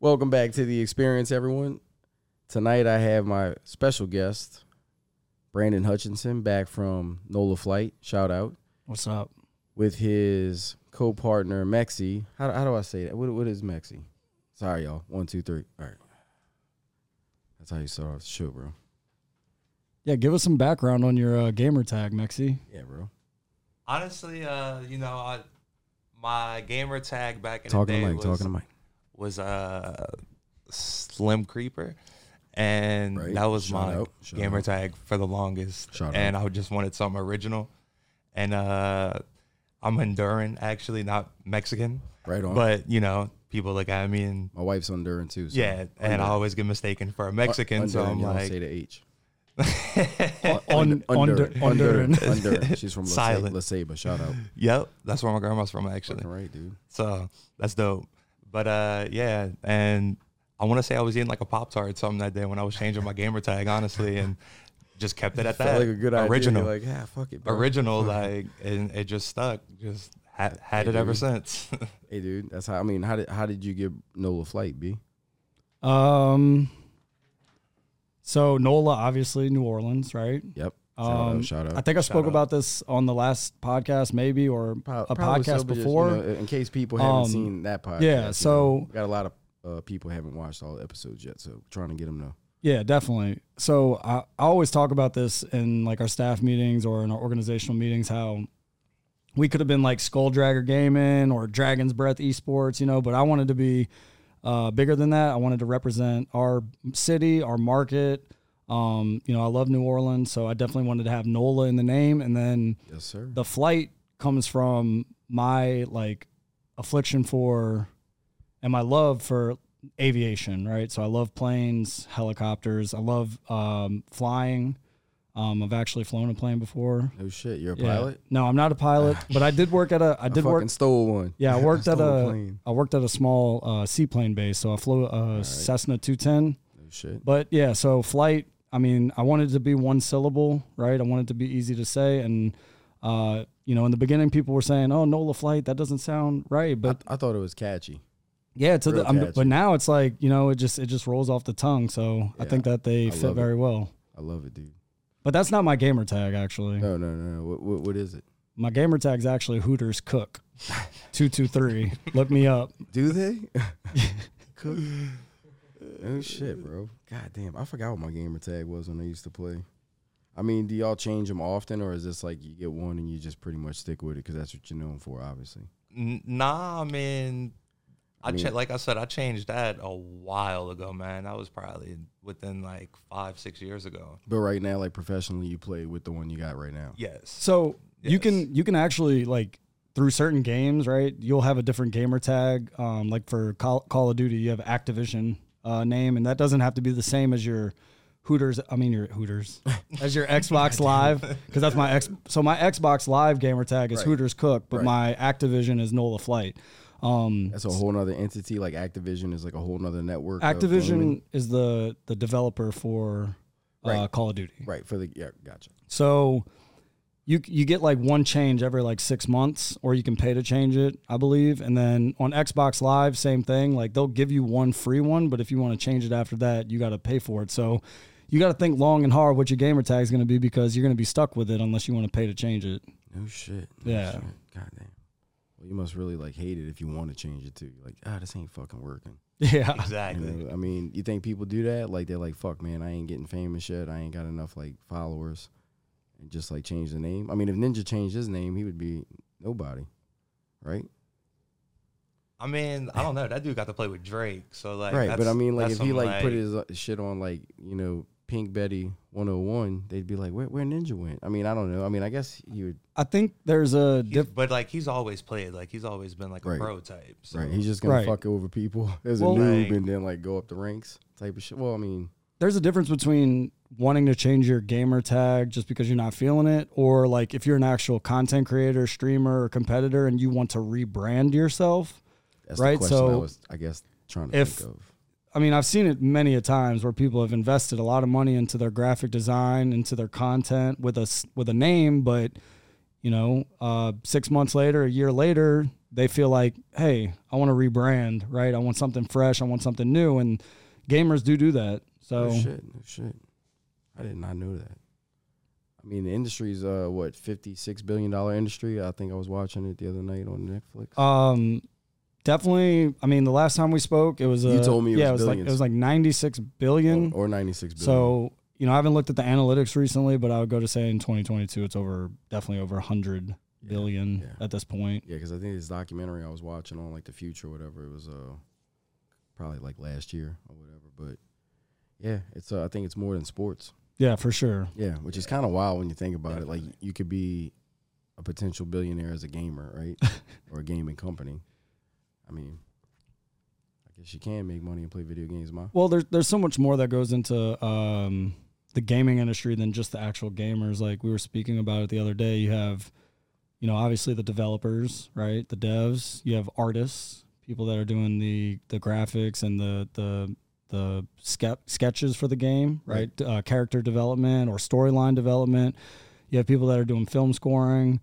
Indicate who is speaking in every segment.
Speaker 1: Welcome back to the experience, everyone. Tonight I have my special guest, Brandon Hutchinson, back from NOLA Flight. Shout out
Speaker 2: What's up?
Speaker 1: with his co-partner Mexi. How, how do I say that? What, what is Mexi? Sorry, y'all. One, two, three. All right. That's how you start off the show, bro.
Speaker 2: Yeah, give us some background on your uh, gamer tag, Mexi.
Speaker 1: Yeah, bro.
Speaker 3: Honestly, uh, you know, I, my gamer tag back in
Speaker 1: Talking
Speaker 3: the
Speaker 1: to
Speaker 3: day
Speaker 1: Mike.
Speaker 3: was,
Speaker 1: Talking to Mike.
Speaker 3: was uh, Slim Creeper, and
Speaker 1: Right.
Speaker 3: that was
Speaker 1: Shout
Speaker 3: my
Speaker 1: out. Shout
Speaker 3: gamer
Speaker 1: out.
Speaker 3: tag for the longest.
Speaker 1: Shout
Speaker 3: and I just wanted something original, and uh, I'm Honduran actually, not Mexican,
Speaker 1: Right on.
Speaker 3: but you know, people look at me and
Speaker 1: my wife's Honduran too. So
Speaker 3: yeah, and I
Speaker 1: Honduran.
Speaker 3: always get mistaken for a Mexican, so
Speaker 1: Honduran,
Speaker 3: I'm
Speaker 1: y'all say
Speaker 3: um, like,
Speaker 1: the H.
Speaker 2: On- under-
Speaker 1: Honduran.
Speaker 2: Honduran.
Speaker 1: Honduran. She's from
Speaker 3: Silent.
Speaker 1: La Ceiba. Shout out.
Speaker 3: yep, that's where my grandma's from actually.
Speaker 1: Fucking right, dude.
Speaker 3: So that's dope. But uh, yeah, and I want to say I was eating like a pop tart or something that day when I was changing my gamer tag, honestly, and just kept it at that.
Speaker 1: Felt like a good idea.
Speaker 3: original,
Speaker 1: Like, yeah, fuck it, bro.
Speaker 3: original, like, and it just stuck. Just ha- had it ever
Speaker 1: dude.
Speaker 3: since.
Speaker 1: Hey, dude. That's how. I mean, how did how did you get Nola flight, B?
Speaker 2: Um, so NOLA, obviously New Orleans, right?
Speaker 1: Yep. Shout
Speaker 2: Um,
Speaker 1: out. Shout out.
Speaker 2: I think I spoke
Speaker 3: out.
Speaker 2: about this on the last podcast, maybe, or
Speaker 1: Pro-
Speaker 2: a
Speaker 1: probably
Speaker 2: podcast
Speaker 1: so, but just, you
Speaker 2: before.
Speaker 1: know, in case people haven't
Speaker 2: Um,
Speaker 1: seen that podcast.
Speaker 2: yeah,
Speaker 1: you know,
Speaker 2: so-
Speaker 1: got a lot of uh, people haven't watched all the episodes yet, so trying to get them to.
Speaker 2: Yeah, definitely. So I, I always talk about this in like our staff meetings or in our organizational meetings how we could have been like Skull Dragger Gaming or Dragon's Breath Esports, you know, but I wanted to be uh, bigger than that. I wanted to represent our city, our market. Um, you know, I love New Orleans, so I definitely wanted to have NOLA in the name. And then
Speaker 1: Yes, sir.
Speaker 2: the flight comes from my like affliction for and my love for aviation right so i love planes helicopters i love um, flying um, i've actually flown a plane before
Speaker 1: No shit. You're a
Speaker 2: Yeah.
Speaker 1: pilot.
Speaker 2: no i'm not a pilot but i did work at a i
Speaker 1: I
Speaker 2: did
Speaker 1: fucking
Speaker 2: work
Speaker 1: stole one.
Speaker 2: yeah i worked at
Speaker 1: stole a
Speaker 2: a
Speaker 1: plane.
Speaker 2: i worked at a small uh, seaplane base so i flew a cessna 210
Speaker 1: No shit.
Speaker 2: but yeah, so flight. I mean, I wanted it to be one syllable, right? I wanted it to be easy to say, and uh, you know, in the beginning, people were saying, "Oh, Nola flight, that doesn't sound right."
Speaker 1: I,
Speaker 2: But
Speaker 1: I thought it was catchy.
Speaker 2: yeah, to
Speaker 1: real
Speaker 2: the I'm,
Speaker 1: catchy.
Speaker 2: but now it's like you know, it just it just rolls off the tongue. So I
Speaker 1: Yeah,
Speaker 2: think that they
Speaker 1: I
Speaker 2: fit
Speaker 1: love
Speaker 2: very well.
Speaker 1: I love it, dude.
Speaker 2: But that's not my gamer tag actually.
Speaker 1: No, no, no. no. What, what, what is it?
Speaker 2: My gamer tag's actually Hooters Cook, two two three. Look me up.
Speaker 1: Do they? Cook. Oh shit, bro. God damn, I forgot what my gamer tag was when I used to play. I mean, do y'all change them often, or is this like you get one and you just pretty much stick with it because that's what you're known for, obviously?
Speaker 3: N- nah, I mean, I
Speaker 1: mean-
Speaker 3: cha- like I said, I changed that a while ago, man. That was probably within like five, six years ago.
Speaker 1: But right now, like professionally, you play with the one you got right now.
Speaker 3: Yes.
Speaker 2: So you
Speaker 3: Yes.
Speaker 2: can you can actually like through certain games, right? You'll have a different gamer tag. Um, like for Call, Call of Duty, you have Activision uh, name, and that doesn't have to be the same as your Hooters. I mean your Hooters as your Xbox Live, because that's my X. So my Xbox Live gamer tag is
Speaker 1: Right.
Speaker 2: Hooters Cook, but
Speaker 1: Right.
Speaker 2: my Activision is Nola Flight. Um,
Speaker 1: That's a whole nother entity. Like Activision is like a whole nother network. of gaming.
Speaker 2: Activision is the the developer for uh,
Speaker 1: Right.
Speaker 2: Call of Duty.
Speaker 1: right? For the yeah, gotcha.
Speaker 2: So you you get like one change every like six months, or you can pay to change it, I believe. And then on Xbox Live, same thing. Like they'll give you one free one, but if you want to change it after that, you got to pay for it. So you got to think long and hard what your gamer tag is going to be because you're going to be stuck with it unless you want to pay to change it.
Speaker 1: No shit. No
Speaker 2: Yeah.
Speaker 1: shit. God damn. Well, you must really like hate it if you want to change it too. You're like, ah, this ain't fucking working.
Speaker 2: Yeah.
Speaker 3: exactly.
Speaker 1: You know, I mean, you think people do that? Like they're like, "Fuck, man, I ain't getting famous yet. I ain't got enough like followers," and just like change the name. I mean, if Ninja changed his name, he would be nobody, right?
Speaker 3: I mean, I don't know. That dude got to play with Drake, so like,
Speaker 1: right. But
Speaker 3: that's-
Speaker 1: I mean, like
Speaker 3: that's
Speaker 1: if he
Speaker 3: some,
Speaker 1: like, put his uh, shit on like you know Pink Betty 101, they'd be like, "Where, where Ninja went?" I mean, I don't know. I mean, I guess he would.
Speaker 2: I think there's a
Speaker 3: he's-
Speaker 2: diff-
Speaker 3: but like he's always played, like he's always been like
Speaker 1: Right.
Speaker 3: a pro type. So.
Speaker 1: Right. He's just gonna
Speaker 2: Right.
Speaker 1: fuck over people as
Speaker 2: Well-
Speaker 1: a noob
Speaker 3: Right.
Speaker 1: and then like go up the ranks type of shit. Well, I mean,
Speaker 2: there's a difference between wanting to change your gamer tag just because you're not feeling it or like if you're an actual content creator, streamer, or competitor and you want to rebrand yourself.
Speaker 1: that's the
Speaker 2: Right,
Speaker 1: question I
Speaker 2: so
Speaker 1: was, I guess, trying to
Speaker 2: if-
Speaker 1: think of.
Speaker 2: I mean, I've seen it many a times where people have invested a lot of money into their graphic design, into their content with a s- with a name, but you know, uh, six months later, a year later, they feel like, hey, I want to rebrand, right? I want something fresh. I want something new. And gamers do do that. So
Speaker 1: No shit, no shit. I did not know that. I mean, the industry's uh what fifty six billion dollar industry. I think I was watching it the other night on Netflix.
Speaker 2: Um, definitely. I mean, the last time we spoke, it was.
Speaker 1: You
Speaker 2: uh,
Speaker 1: told me it
Speaker 2: yeah,
Speaker 1: was
Speaker 2: it was like
Speaker 1: billions. Oh,
Speaker 2: it was like ninety six billion.
Speaker 1: or, ninety six billion.
Speaker 2: so you know, I haven't looked at the analytics recently, but I would go to say in twenty twenty two, it's over definitely over hundred
Speaker 1: Yeah,
Speaker 2: billion
Speaker 1: yeah.
Speaker 2: at this point.
Speaker 1: yeah, because I think this documentary I was watching on like the future or whatever. It was uh probably like last year or whatever. But yeah, it's uh, I think it's more than sports.
Speaker 2: Yeah, for sure.
Speaker 1: Yeah, which is kind of wild when you think about it. Like you could be a potential billionaire as a gamer, right? or a gaming company. I mean, I guess you can make money and play video games, ma.
Speaker 2: Well, there's there's so much more that goes into um, the gaming industry than just the actual gamers. Like we were speaking about it the other day. You have, you know, obviously the developers, right? The devs. You have artists, people that are doing the the graphics and the the the ske- sketches for the game, right? Uh, character development or storyline development. You have people that are doing film scoring.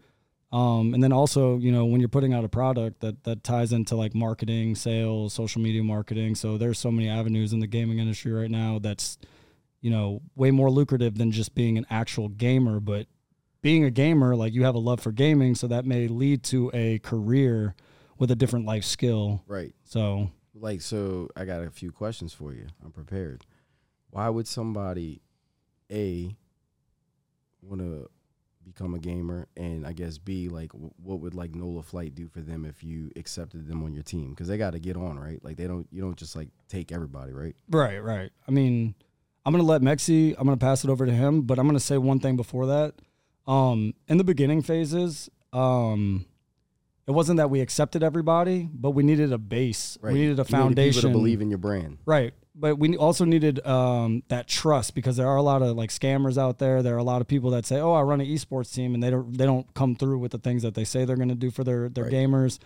Speaker 2: Um, and then also, you know, when you're putting out a product that that ties into like marketing, sales, social media marketing. So there's so many avenues in the gaming industry right now that's, you know, way more lucrative than just being an actual gamer. But being a gamer, like you have a love for gaming, so that may lead to a career with a different life skill.
Speaker 1: Right.
Speaker 2: So
Speaker 1: Like, so I got a few questions for you. I'm prepared. Why would somebody, A, want to become a gamer? And I guess B, like, w- what would like NOLA Flight do for them if you accepted them on your team? Because they got to get on, right? Like, they don't, you don't just like take everybody, right?
Speaker 2: Right, right. I mean, I'm gonna let Mexi. I'm gonna pass it over to him, but I'm gonna say one thing before that. Um, in the beginning phases, um, it wasn't that we accepted everybody, but we needed a base.
Speaker 1: Right.
Speaker 2: We needed
Speaker 1: You
Speaker 2: a
Speaker 1: need
Speaker 2: foundation.
Speaker 1: people to believe in your brand.
Speaker 2: Right. But we also needed um, that trust because there are a lot of like scammers out there. There are a lot of people that say, "Oh, I run an esports team," and they don't they don't come through with the things that they say they're going to do for their their
Speaker 1: Right.
Speaker 2: gamers.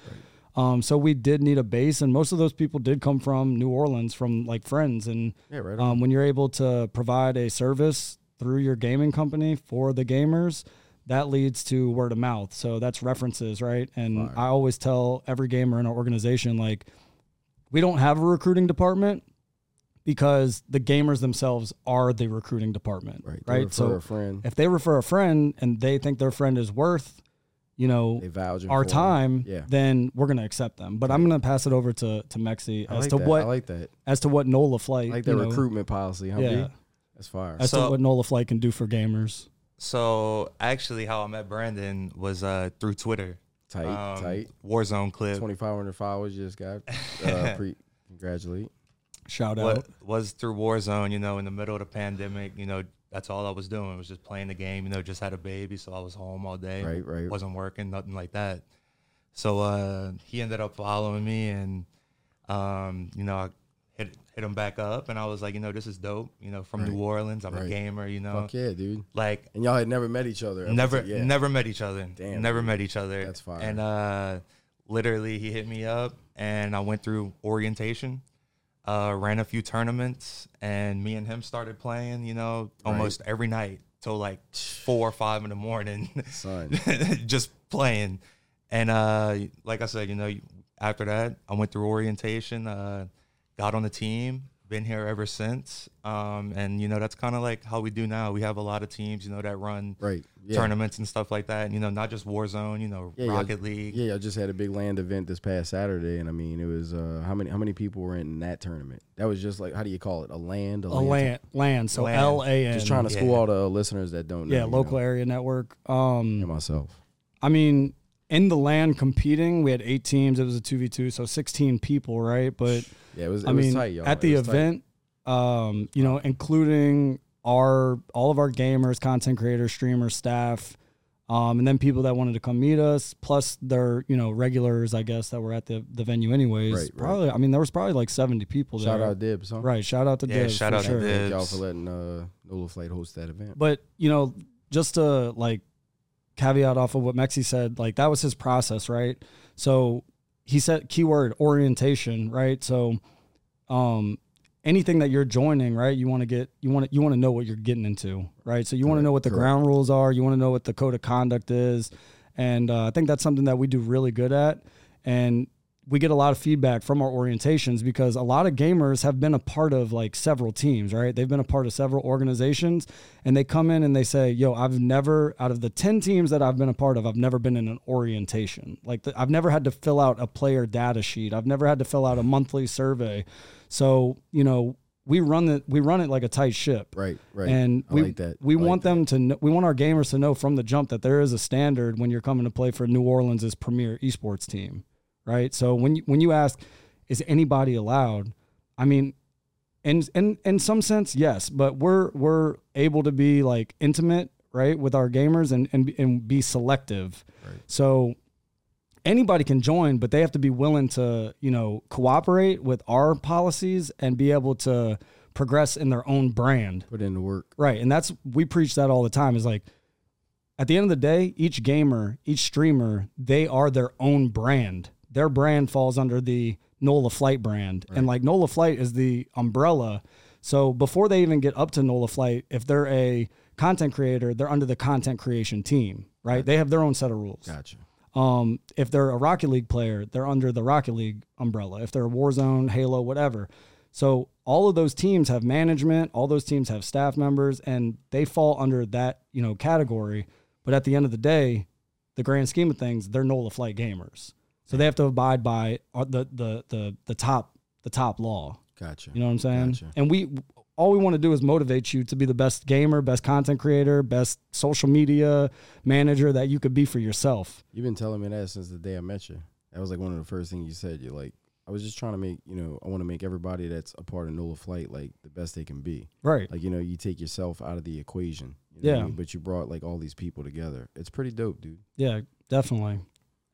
Speaker 2: Um, so we did need a base, and most of those people did come from New Orleans, from like friends. And
Speaker 1: Yeah, right. on.
Speaker 2: um, when you're able to provide a service through your gaming company for the gamers, that leads to word of mouth. So that's references, right? And
Speaker 1: Fire.
Speaker 2: I always tell every gamer in our organization, like, we don't have a recruiting department because the gamers themselves are the recruiting department,
Speaker 1: right. They
Speaker 2: right?
Speaker 1: refer a
Speaker 2: So
Speaker 1: friend.
Speaker 2: if they refer a friend and they think their friend is worth, you know,
Speaker 1: They vouch
Speaker 2: our
Speaker 1: for 'em.
Speaker 2: time,
Speaker 1: Yeah.
Speaker 2: then we're gonna accept them. But I'm gonna pass it over to to Mexi
Speaker 1: I
Speaker 2: as
Speaker 1: like
Speaker 2: to
Speaker 1: that.
Speaker 2: what
Speaker 1: I like that.
Speaker 2: as to what Nola flight
Speaker 1: I like
Speaker 2: you
Speaker 1: their
Speaker 2: know,
Speaker 1: recruitment policy, huh?
Speaker 2: Yeah.
Speaker 1: B? That's fire.
Speaker 2: as to
Speaker 3: So-
Speaker 2: what Nola Flight can do for gamers.
Speaker 3: So actually, how I met Brandon was uh, through Twitter.
Speaker 1: tight,
Speaker 3: Um,
Speaker 1: tight.
Speaker 3: Warzone clip.
Speaker 1: Twenty five hundred followers you just got. Uh, pre- congratulate.
Speaker 2: Shout out.
Speaker 3: What was through Warzone? You know, in the middle of the pandemic, you know, that's all I was doing was just playing the game. You know, just had a baby, so I was home all day.
Speaker 1: Right, right.
Speaker 3: Wasn't working, nothing like that. So uh, he ended up following me, and um, you know, I hit hit him back up, and I was like, you know, this is dope. You know, from New Orleans, I'm
Speaker 1: right.
Speaker 3: a gamer. You know,
Speaker 1: Fuck yeah, dude.
Speaker 3: like
Speaker 1: And y'all had never met each other. up
Speaker 3: Uh. Never,
Speaker 1: until- yeah.
Speaker 3: never met each other.
Speaker 1: Damn,
Speaker 3: never met each other.
Speaker 1: That's fire.
Speaker 3: And uh, literally, he hit me up, and I went through orientation, uh, ran a few tournaments, and me and him started playing. You know, almost every night till like four or five in the morning,
Speaker 1: Son.
Speaker 3: just playing. And uh, like I said, you know, after that, I went through orientation, uh, got on the team, been here ever since. Um, and you know, that's kind of like how we do now. We have a lot of teams, you know, that run
Speaker 1: Right. Yeah.
Speaker 3: tournaments and stuff like that. You know, not just Warzone. You know,
Speaker 1: Yeah, yeah.
Speaker 3: Rocket League.
Speaker 1: Yeah, y'all just had a big land event this past Saturday, and I mean, it was uh, how many how many people were in that tournament? That was just like how do you call it a land a,
Speaker 2: A land, land. So
Speaker 3: Land.
Speaker 2: L A N.
Speaker 1: Just trying to school
Speaker 3: Yeah.
Speaker 1: all the listeners that don't know.
Speaker 2: yeah,
Speaker 1: you
Speaker 2: local
Speaker 1: know,
Speaker 2: area network.
Speaker 1: and
Speaker 2: Um,
Speaker 1: myself.
Speaker 2: I mean, in the land competing, we had eight teams. It was a two v two, so sixteen people, right? But
Speaker 1: Yeah, it was. It
Speaker 2: I
Speaker 1: was
Speaker 2: mean,
Speaker 1: tight, y'all.
Speaker 2: at
Speaker 1: It
Speaker 2: the
Speaker 1: was tight.
Speaker 2: event, um, you know, including our all of our gamers, content creators, streamers, staff, um, and then people that wanted to come meet us, plus their you know regulars, I guess, that were at the, the venue anyways.
Speaker 1: Right, right.
Speaker 2: probably, I mean, there was probably like seventy people
Speaker 1: shout
Speaker 2: there.
Speaker 1: out Dibs, huh?
Speaker 2: Right, shout out to
Speaker 3: Yeah,
Speaker 2: Dibs,
Speaker 3: shout
Speaker 2: for
Speaker 3: out to
Speaker 2: sure.
Speaker 3: Dibs.
Speaker 1: Thank y'all for letting uh, Nola Flight host that event.
Speaker 2: But you know, just to like caveat off of what Mexi said, like that was his process, right? So he said keyword orientation, right? So um anything that you're joining, right? You want to get you want to you want to know what you're getting into, right? So you want
Speaker 1: Correct,
Speaker 2: to know what the
Speaker 1: correct.
Speaker 2: ground rules are, you want to know what the code of conduct is, And uh, I think that's something that we do really good at. And we get a lot of feedback from our orientations because a lot of gamers have been a part of like several teams, right? They've been a part of several organizations and they come in and they say, Yo, I've never, out of the 10 teams that I've been a part of, I've never been in an orientation. Like, the, I've never had to fill out a player data sheet, I've never had to fill out a monthly survey. So, you know, we run it, we run it like a tight ship.
Speaker 1: Right, right.
Speaker 2: And
Speaker 1: I
Speaker 2: we
Speaker 1: like that.
Speaker 2: we
Speaker 1: I like
Speaker 2: want
Speaker 1: that.
Speaker 2: them to know, we want our gamers to know from the jump that there is a standard when you're coming to play for New Orleans' premier esports team, right? So when you, when you ask, is anybody allowed? I mean, in in in some sense, yes, but we're we're able to be like intimate, right, with our gamers and and and be selective. So anybody can join, but they have to be willing to, you know, cooperate with our policies and be able to progress in their own brand.
Speaker 1: Put in the work.
Speaker 2: Right. And that's, we preach that all the time is like, at the end of the day, each gamer, each streamer, they are their own brand. Their brand falls under the NOLA Flight brand. And like NOLA Flight is the umbrella. So before they even get up to NOLA Flight, if they're a content creator, they're under the content creation team, right? They have their own set of rules.
Speaker 1: Gotcha.
Speaker 2: Um, if they're a Rocket League player, they're under the Rocket League umbrella. If they're Warzone, Halo, whatever. So all of those teams have management, all those teams have staff members, and they fall under that, you know, category. But at the end of the day, the grand scheme of things, they're NOLA flight gamers. So they have to abide by uh, the the the the top the top law.
Speaker 1: Gotcha.
Speaker 2: You know what I'm saying?
Speaker 1: Gotcha.
Speaker 2: And we all we want to do is motivate you to be the best gamer, best content creator, best social media manager that you could be for yourself.
Speaker 1: You've been telling me that since the day I met you. That was like one of the first things you said. You're like, I was just trying to make, you know, I want to make everybody that's a part of NOLA Flight like the best they can be.
Speaker 2: Right.
Speaker 1: Like, you know, you take yourself out of the equation. You know what I
Speaker 2: Yeah.
Speaker 1: mean? But you brought like all these people together. It's pretty dope, dude.
Speaker 2: Yeah, definitely.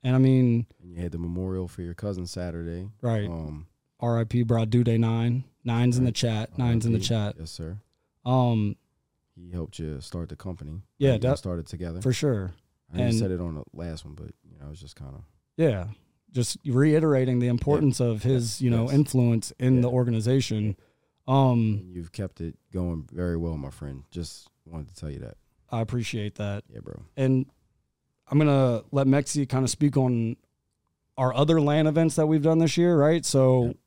Speaker 2: And I mean,
Speaker 1: And you had the memorial for your cousin Saturday.
Speaker 2: right.
Speaker 1: Um,
Speaker 2: R.I.P. Broad Due Day Nine. Nine's in the
Speaker 1: Right.
Speaker 2: chat. Nine's in the
Speaker 1: RIP.
Speaker 2: chat.
Speaker 1: Yes, sir.
Speaker 2: Um,
Speaker 1: He helped you start the company.
Speaker 2: Yeah,
Speaker 1: You guys
Speaker 2: that-
Speaker 1: started together.
Speaker 2: for sure.
Speaker 1: I know you
Speaker 2: and-
Speaker 1: said it on the last one, but you know, I was just kind of
Speaker 2: Yeah. Just reiterating the importance of his, you know,
Speaker 1: Yes.
Speaker 2: influence in the
Speaker 1: Yeah.
Speaker 2: organization. Um,
Speaker 1: you've kept it going very well, my friend. Just wanted to tell you that.
Speaker 2: I appreciate that.
Speaker 1: Yeah, bro.
Speaker 2: and I'm gonna let Mexi kind of speak on our other LAN events that we've done this year, right? So
Speaker 1: Yep.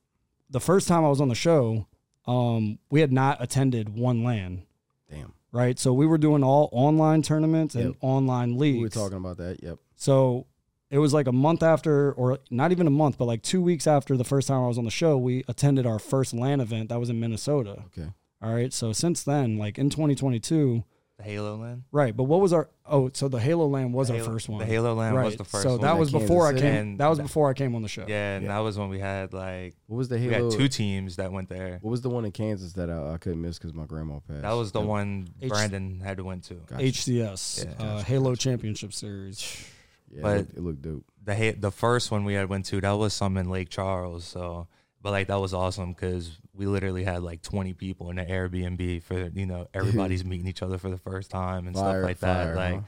Speaker 2: the first time I was on the show, um, we had not attended one LAN,
Speaker 1: Damn.
Speaker 2: right? So we were doing all online tournaments and
Speaker 1: Yep.
Speaker 2: online leagues.
Speaker 1: We were talking about that. Yep.
Speaker 2: So it was like a month after, or not even a month, but like two weeks after the first time I was on the show, we attended our first LAN event that was in Minnesota.
Speaker 1: Okay.
Speaker 2: All right. So since then, like in 2022,
Speaker 3: The Halo Land.
Speaker 2: right? But what was our? Oh, so the Halo LAN was
Speaker 3: The
Speaker 2: our
Speaker 3: Halo-
Speaker 2: first one.
Speaker 3: The Halo Land was the first
Speaker 2: so
Speaker 3: one.
Speaker 2: that
Speaker 1: in
Speaker 2: was
Speaker 1: Kansas
Speaker 2: before
Speaker 1: City.
Speaker 2: I came.
Speaker 3: And
Speaker 2: that was
Speaker 3: that-
Speaker 2: before I came on the show.
Speaker 3: yeah, and that was when we had like
Speaker 1: What was the
Speaker 3: we
Speaker 1: Halo?
Speaker 3: had two teams that went there.
Speaker 1: what was the one in Kansas that I, I couldn't miss because my grandma passed?
Speaker 3: That was the
Speaker 1: Yep.
Speaker 3: one
Speaker 2: H-
Speaker 3: Brandon had to went to.
Speaker 1: Gotcha.
Speaker 2: HCS
Speaker 3: Yeah.
Speaker 2: uh, Halo Championship Series.
Speaker 1: Yeah,
Speaker 3: but-
Speaker 1: it, looked, it looked dope.
Speaker 3: The Ha- the first one we had went to that was some in Lake Charles. So, but like that was awesome because we literally had like 20 people in the Airbnb for you know everybody's meeting each other for the first time and
Speaker 1: Fire,
Speaker 3: stuff like that.
Speaker 1: fire,
Speaker 3: like
Speaker 1: huh?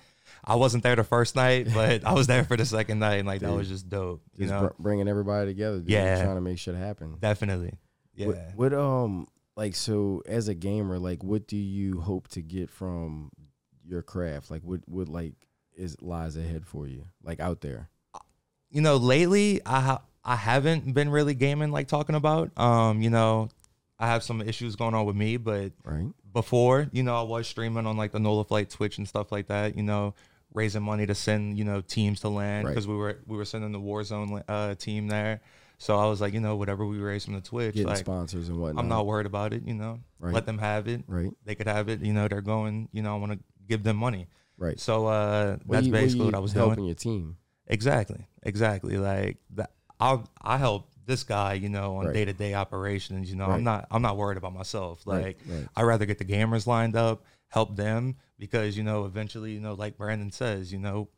Speaker 3: I wasn't there the first night, but I was there for the second night, and like that
Speaker 1: Dude.
Speaker 3: was just dope. You
Speaker 1: Just
Speaker 3: know,
Speaker 1: br- bringing everybody together. Dude,
Speaker 3: Yeah.
Speaker 1: Trying to make shit happen.
Speaker 3: definitely. Yeah.
Speaker 1: What, what um like so as a gamer, like what do you hope to get from your craft? Like what what like is lies ahead for you? Like out there.
Speaker 3: you know, lately I ha- I haven't been really gaming like talking about. Um, you know, I have some issues going on with me, but
Speaker 1: Right?
Speaker 3: before, you know, I was streaming on like the Nola Flight Twitch and stuff like that, you know, raising money to send, you know, teams to land
Speaker 1: Right.
Speaker 3: because we were we were sending the Warzone uh team there. So I was like, you know, whatever we raise from the Twitch,
Speaker 1: Getting
Speaker 3: like
Speaker 1: sponsors and whatnot.
Speaker 3: I'm not worried about it, you know.
Speaker 1: Right.
Speaker 3: Let them have it.
Speaker 1: right.
Speaker 3: They could have it, you know, they're going, you know, I want to give them money.
Speaker 1: Right.
Speaker 3: So uh
Speaker 1: What
Speaker 3: that's
Speaker 1: you-
Speaker 3: basically
Speaker 1: you
Speaker 3: what I was
Speaker 1: helping
Speaker 3: doing.
Speaker 1: your team.
Speaker 3: Exactly, exactly. Like that, I I help this guy, you know, on
Speaker 1: Right.
Speaker 3: day to day operations. You know,
Speaker 1: Right.
Speaker 3: I'm not I'm not worried about myself. Like
Speaker 1: Right, right.
Speaker 3: I'd rather get the gamers lined up, help them because you know eventually you know like Brandon says, you know,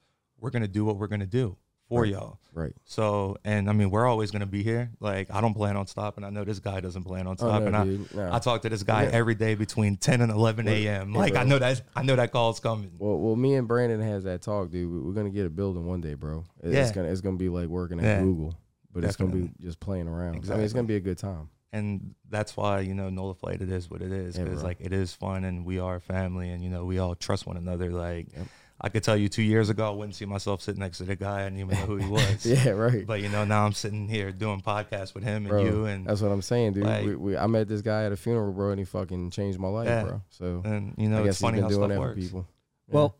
Speaker 3: we're gonna do what we're gonna do for
Speaker 1: Right.
Speaker 3: y'all.
Speaker 1: Right.
Speaker 3: So and I mean we're always gonna be here. Like I don't plan on stopping. I know this guy doesn't plan on
Speaker 1: Oh,
Speaker 3: stopping.
Speaker 1: no,
Speaker 3: I,
Speaker 1: dude, no.
Speaker 3: I talk to this guy
Speaker 1: Yeah.
Speaker 3: every day between ten and eleven
Speaker 1: Well,
Speaker 3: a.m.
Speaker 1: yeah,
Speaker 3: Like I
Speaker 1: bro.
Speaker 3: know that I know that call's coming.
Speaker 1: Well, well, me and Brandon has that talk, dude. We- We're gonna get a building one day, bro. It- It's
Speaker 3: Yeah.
Speaker 1: gonna it's gonna be like working at
Speaker 3: Yeah.
Speaker 1: Google, but it's gonna be
Speaker 3: Definitely.
Speaker 1: just playing around. I mean, it's gonna be a good time.
Speaker 3: and that's why you know Nola Flight it is what it is
Speaker 1: Yeah,
Speaker 3: because
Speaker 1: bro.
Speaker 3: like it is fun and we are family and you know we all trust one another like
Speaker 1: Yep.
Speaker 3: I could tell you two years ago, I wouldn't see myself sitting next to the guy. I didn't even know who he was.
Speaker 1: Yeah, right.
Speaker 3: But you know, now I'm sitting here doing podcasts with him and
Speaker 1: bro,
Speaker 3: you, and
Speaker 1: that's what I'm saying, dude.
Speaker 3: like-
Speaker 1: we, we, I met this guy at a funeral, bro, and he fucking changed my life,
Speaker 3: Yeah.
Speaker 1: bro. So
Speaker 3: and you
Speaker 1: I
Speaker 3: know,
Speaker 1: guess
Speaker 3: it's funny
Speaker 1: he's
Speaker 3: how
Speaker 1: been doing
Speaker 3: stuff
Speaker 1: that for
Speaker 3: works.
Speaker 1: people. Yeah.
Speaker 2: Well,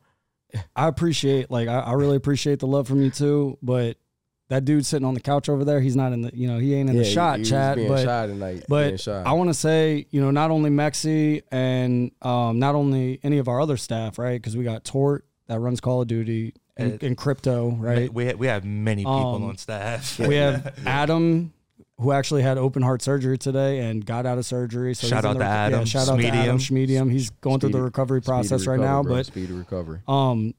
Speaker 2: I appreciate like I, I really appreciate the love from you too, but that dude sitting on the couch over there, he's not in the you know he ain't in
Speaker 1: Yeah,
Speaker 2: the shot
Speaker 1: he, he was
Speaker 2: chat,
Speaker 1: being
Speaker 2: but
Speaker 1: shy tonight.
Speaker 2: but
Speaker 1: being shy.
Speaker 2: I want to say you know not only Mexi and um, not only any of our other staff, right? Because we got Tort that runs Call of Duty and,
Speaker 3: Uh,
Speaker 2: and crypto, right?
Speaker 3: We we have many people
Speaker 2: Um,
Speaker 3: on staff.
Speaker 2: We have Adam. Who actually had open heart surgery today and got out of surgery? So
Speaker 3: Shout
Speaker 2: he's in
Speaker 3: out
Speaker 2: the
Speaker 3: to
Speaker 2: rec- Yeah,
Speaker 3: Adam
Speaker 2: shout out to Adam Schmedium. He's going through
Speaker 1: Speedy-
Speaker 2: the recovery
Speaker 1: Speedy
Speaker 2: process right
Speaker 1: recovery,
Speaker 2: now,
Speaker 1: bro.
Speaker 2: but
Speaker 1: speedy recovery.
Speaker 2: um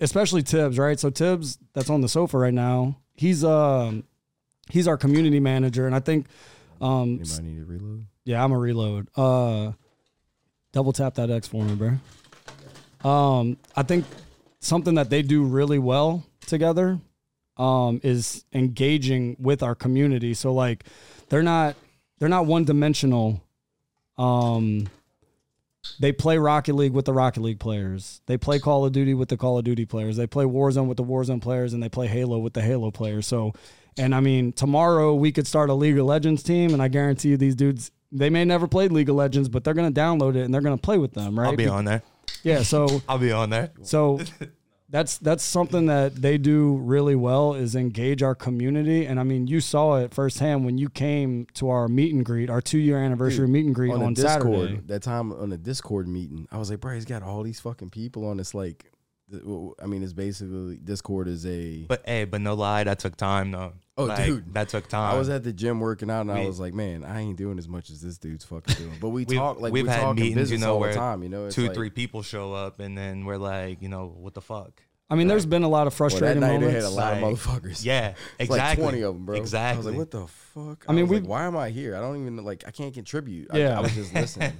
Speaker 2: especially Tibbs, right? So Tibbs that's on the sofa right now. He's um he's our community manager and I think um
Speaker 1: Anybody need to reload?
Speaker 2: yeah, I'm a reload. Uh double tap that X for me, bro. Um I think something that they do really well together um is engaging with our community. So like they're not they're not one dimensional um they play Rocket League with the Rocket League players. They play Call of Duty with the Call of Duty players. They play Warzone with the Warzone players, and they play Halo with the Halo players. So, and I mean, tomorrow we could start a League of Legends team, and I guarantee you, these dudes they may never play League of Legends, but they're gonna download it and they're gonna play with them, right?
Speaker 3: I'll be on there.
Speaker 2: Yeah. So,
Speaker 3: I'll be on there.
Speaker 2: so that's that's something that they do really well is engage our community. And I mean, you saw it firsthand when you came to our meet and greet, our two year anniversary meet and greet on,
Speaker 1: on, the Discord,
Speaker 2: Saturday.
Speaker 1: that time on the Discord meeting, I was like, bro, he's got all these fucking people on this. Like, th- w- w- I mean, it's basically Discord is a.
Speaker 3: But hey, but no lie, that took time though.
Speaker 1: Oh,
Speaker 3: Like,
Speaker 1: dude.
Speaker 3: that took time.
Speaker 1: I was at the gym working out, and I
Speaker 3: uh, we-
Speaker 1: was like, man, I ain't doing as much as this dude's fucking doing. But we
Speaker 3: We've-
Speaker 1: talk like
Speaker 3: we've
Speaker 1: we
Speaker 3: had
Speaker 1: talk in
Speaker 3: meetings, you
Speaker 1: business
Speaker 3: know,
Speaker 1: all the
Speaker 3: where
Speaker 1: time. You know, it's
Speaker 3: two,
Speaker 1: like,
Speaker 3: three people show up, and then we're like, you know, what the fuck?
Speaker 2: I mean, there's been a lot of
Speaker 1: Well, that
Speaker 2: frustrating
Speaker 1: night they
Speaker 2: moments.
Speaker 1: had a lot
Speaker 3: like-
Speaker 1: of motherfuckers.
Speaker 3: Yeah,
Speaker 1: It's
Speaker 3: exactly.
Speaker 1: Like twenty of them, bro.
Speaker 3: Exactly.
Speaker 1: I was like, "What the fuck?"
Speaker 2: I mean,
Speaker 1: was like,
Speaker 2: we-
Speaker 1: why am I here? I don't even like. I can't contribute. I- I,
Speaker 2: Yeah.
Speaker 1: was just listening.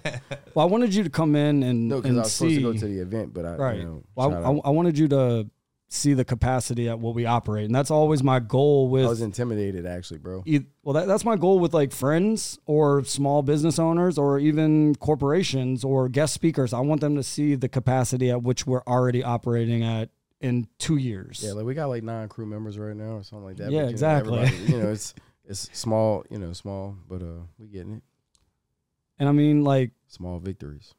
Speaker 2: Well, I wanted you to come in and,
Speaker 1: No, because
Speaker 2: and
Speaker 1: I was
Speaker 2: see.
Speaker 1: supposed to go to the event, but I
Speaker 2: right.
Speaker 1: You know,
Speaker 2: well,
Speaker 1: shout
Speaker 2: I,
Speaker 1: out.
Speaker 2: I, I wanted you to see the capacity at what we operate, and that's always my goal
Speaker 1: I
Speaker 2: with.
Speaker 1: was intimidated actually, bro.
Speaker 2: eith- e, well, that, that's my goal with like friends or small business owners or even corporations or guest speakers. I want them to see the capacity at which we're already operating at in two years.
Speaker 1: Yeah, like we got like nine crew members right now or something like that.
Speaker 2: Yeah,
Speaker 1: but, you know,
Speaker 2: exactly.
Speaker 1: everybody- You know, it's it's small. You know, small, but uh, we getting it.
Speaker 2: and I mean, like
Speaker 1: Small victories.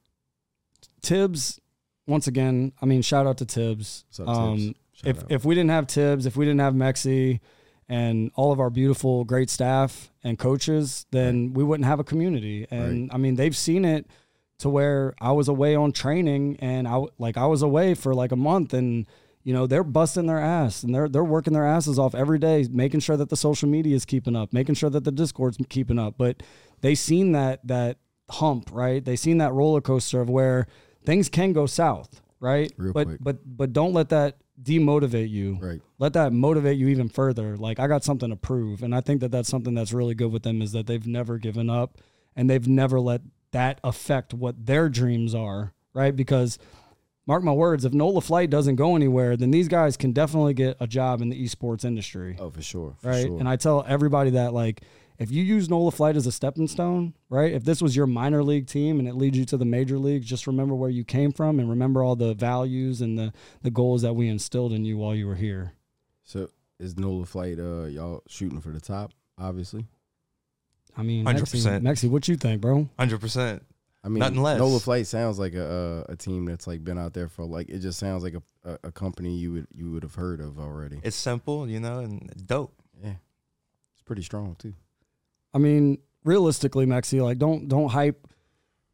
Speaker 2: Tibbs, once again, I mean, shout out to Tibbs.
Speaker 1: What's up, Tibbs? Shout
Speaker 2: Um, if
Speaker 1: out.
Speaker 2: if we didn't have Tibbs, if we didn't have Mexi and all of our beautiful great staff and coaches, then we wouldn't have a community. And I mean, they've seen it to where I was away on training and I w- like I was away for like a month and you know, they're busting their ass and they're they're working their asses off every day, making sure that the social media is keeping up, making sure that the Discord's keeping up. But they seen that that hump, right? They seen that roller coaster of where things can go south, right?
Speaker 1: Real
Speaker 2: but
Speaker 1: quick.
Speaker 2: but but don't let that demotivate you.
Speaker 1: Right.
Speaker 2: Let that motivate you even further. Like I got something to prove, and I think that that's something that's really good with them is that they've never given up, and they've never let that affect what their dreams are. Right? Because mark my words, if Nola Flight doesn't go anywhere, then these guys can definitely get a job in the esports industry
Speaker 1: Oh, for sure. For
Speaker 2: right?
Speaker 1: Sure.
Speaker 2: And I tell everybody that like if you use NOLA flight as a stepping stone, right? If this was your minor league team and it leads you to the major leagues, just remember where you came from and remember all the values and the the goals that we instilled in you while you were here.
Speaker 1: so is Nola flight? Uh, y'all shooting for the top? Obviously.
Speaker 2: I mean,
Speaker 3: 100%.
Speaker 2: Mexi, Mexi, what you think, bro?
Speaker 3: Hundred percent.
Speaker 1: I mean,
Speaker 3: Nothing less.
Speaker 1: Nola Flight sounds like a a a team that's like been out there for like it just sounds like a, a, a company you would you would have heard of already.
Speaker 3: It's simple, you know, and dope.
Speaker 1: yeah, it's pretty strong too.
Speaker 2: I mean, realistically, Mexi, like don't don't hype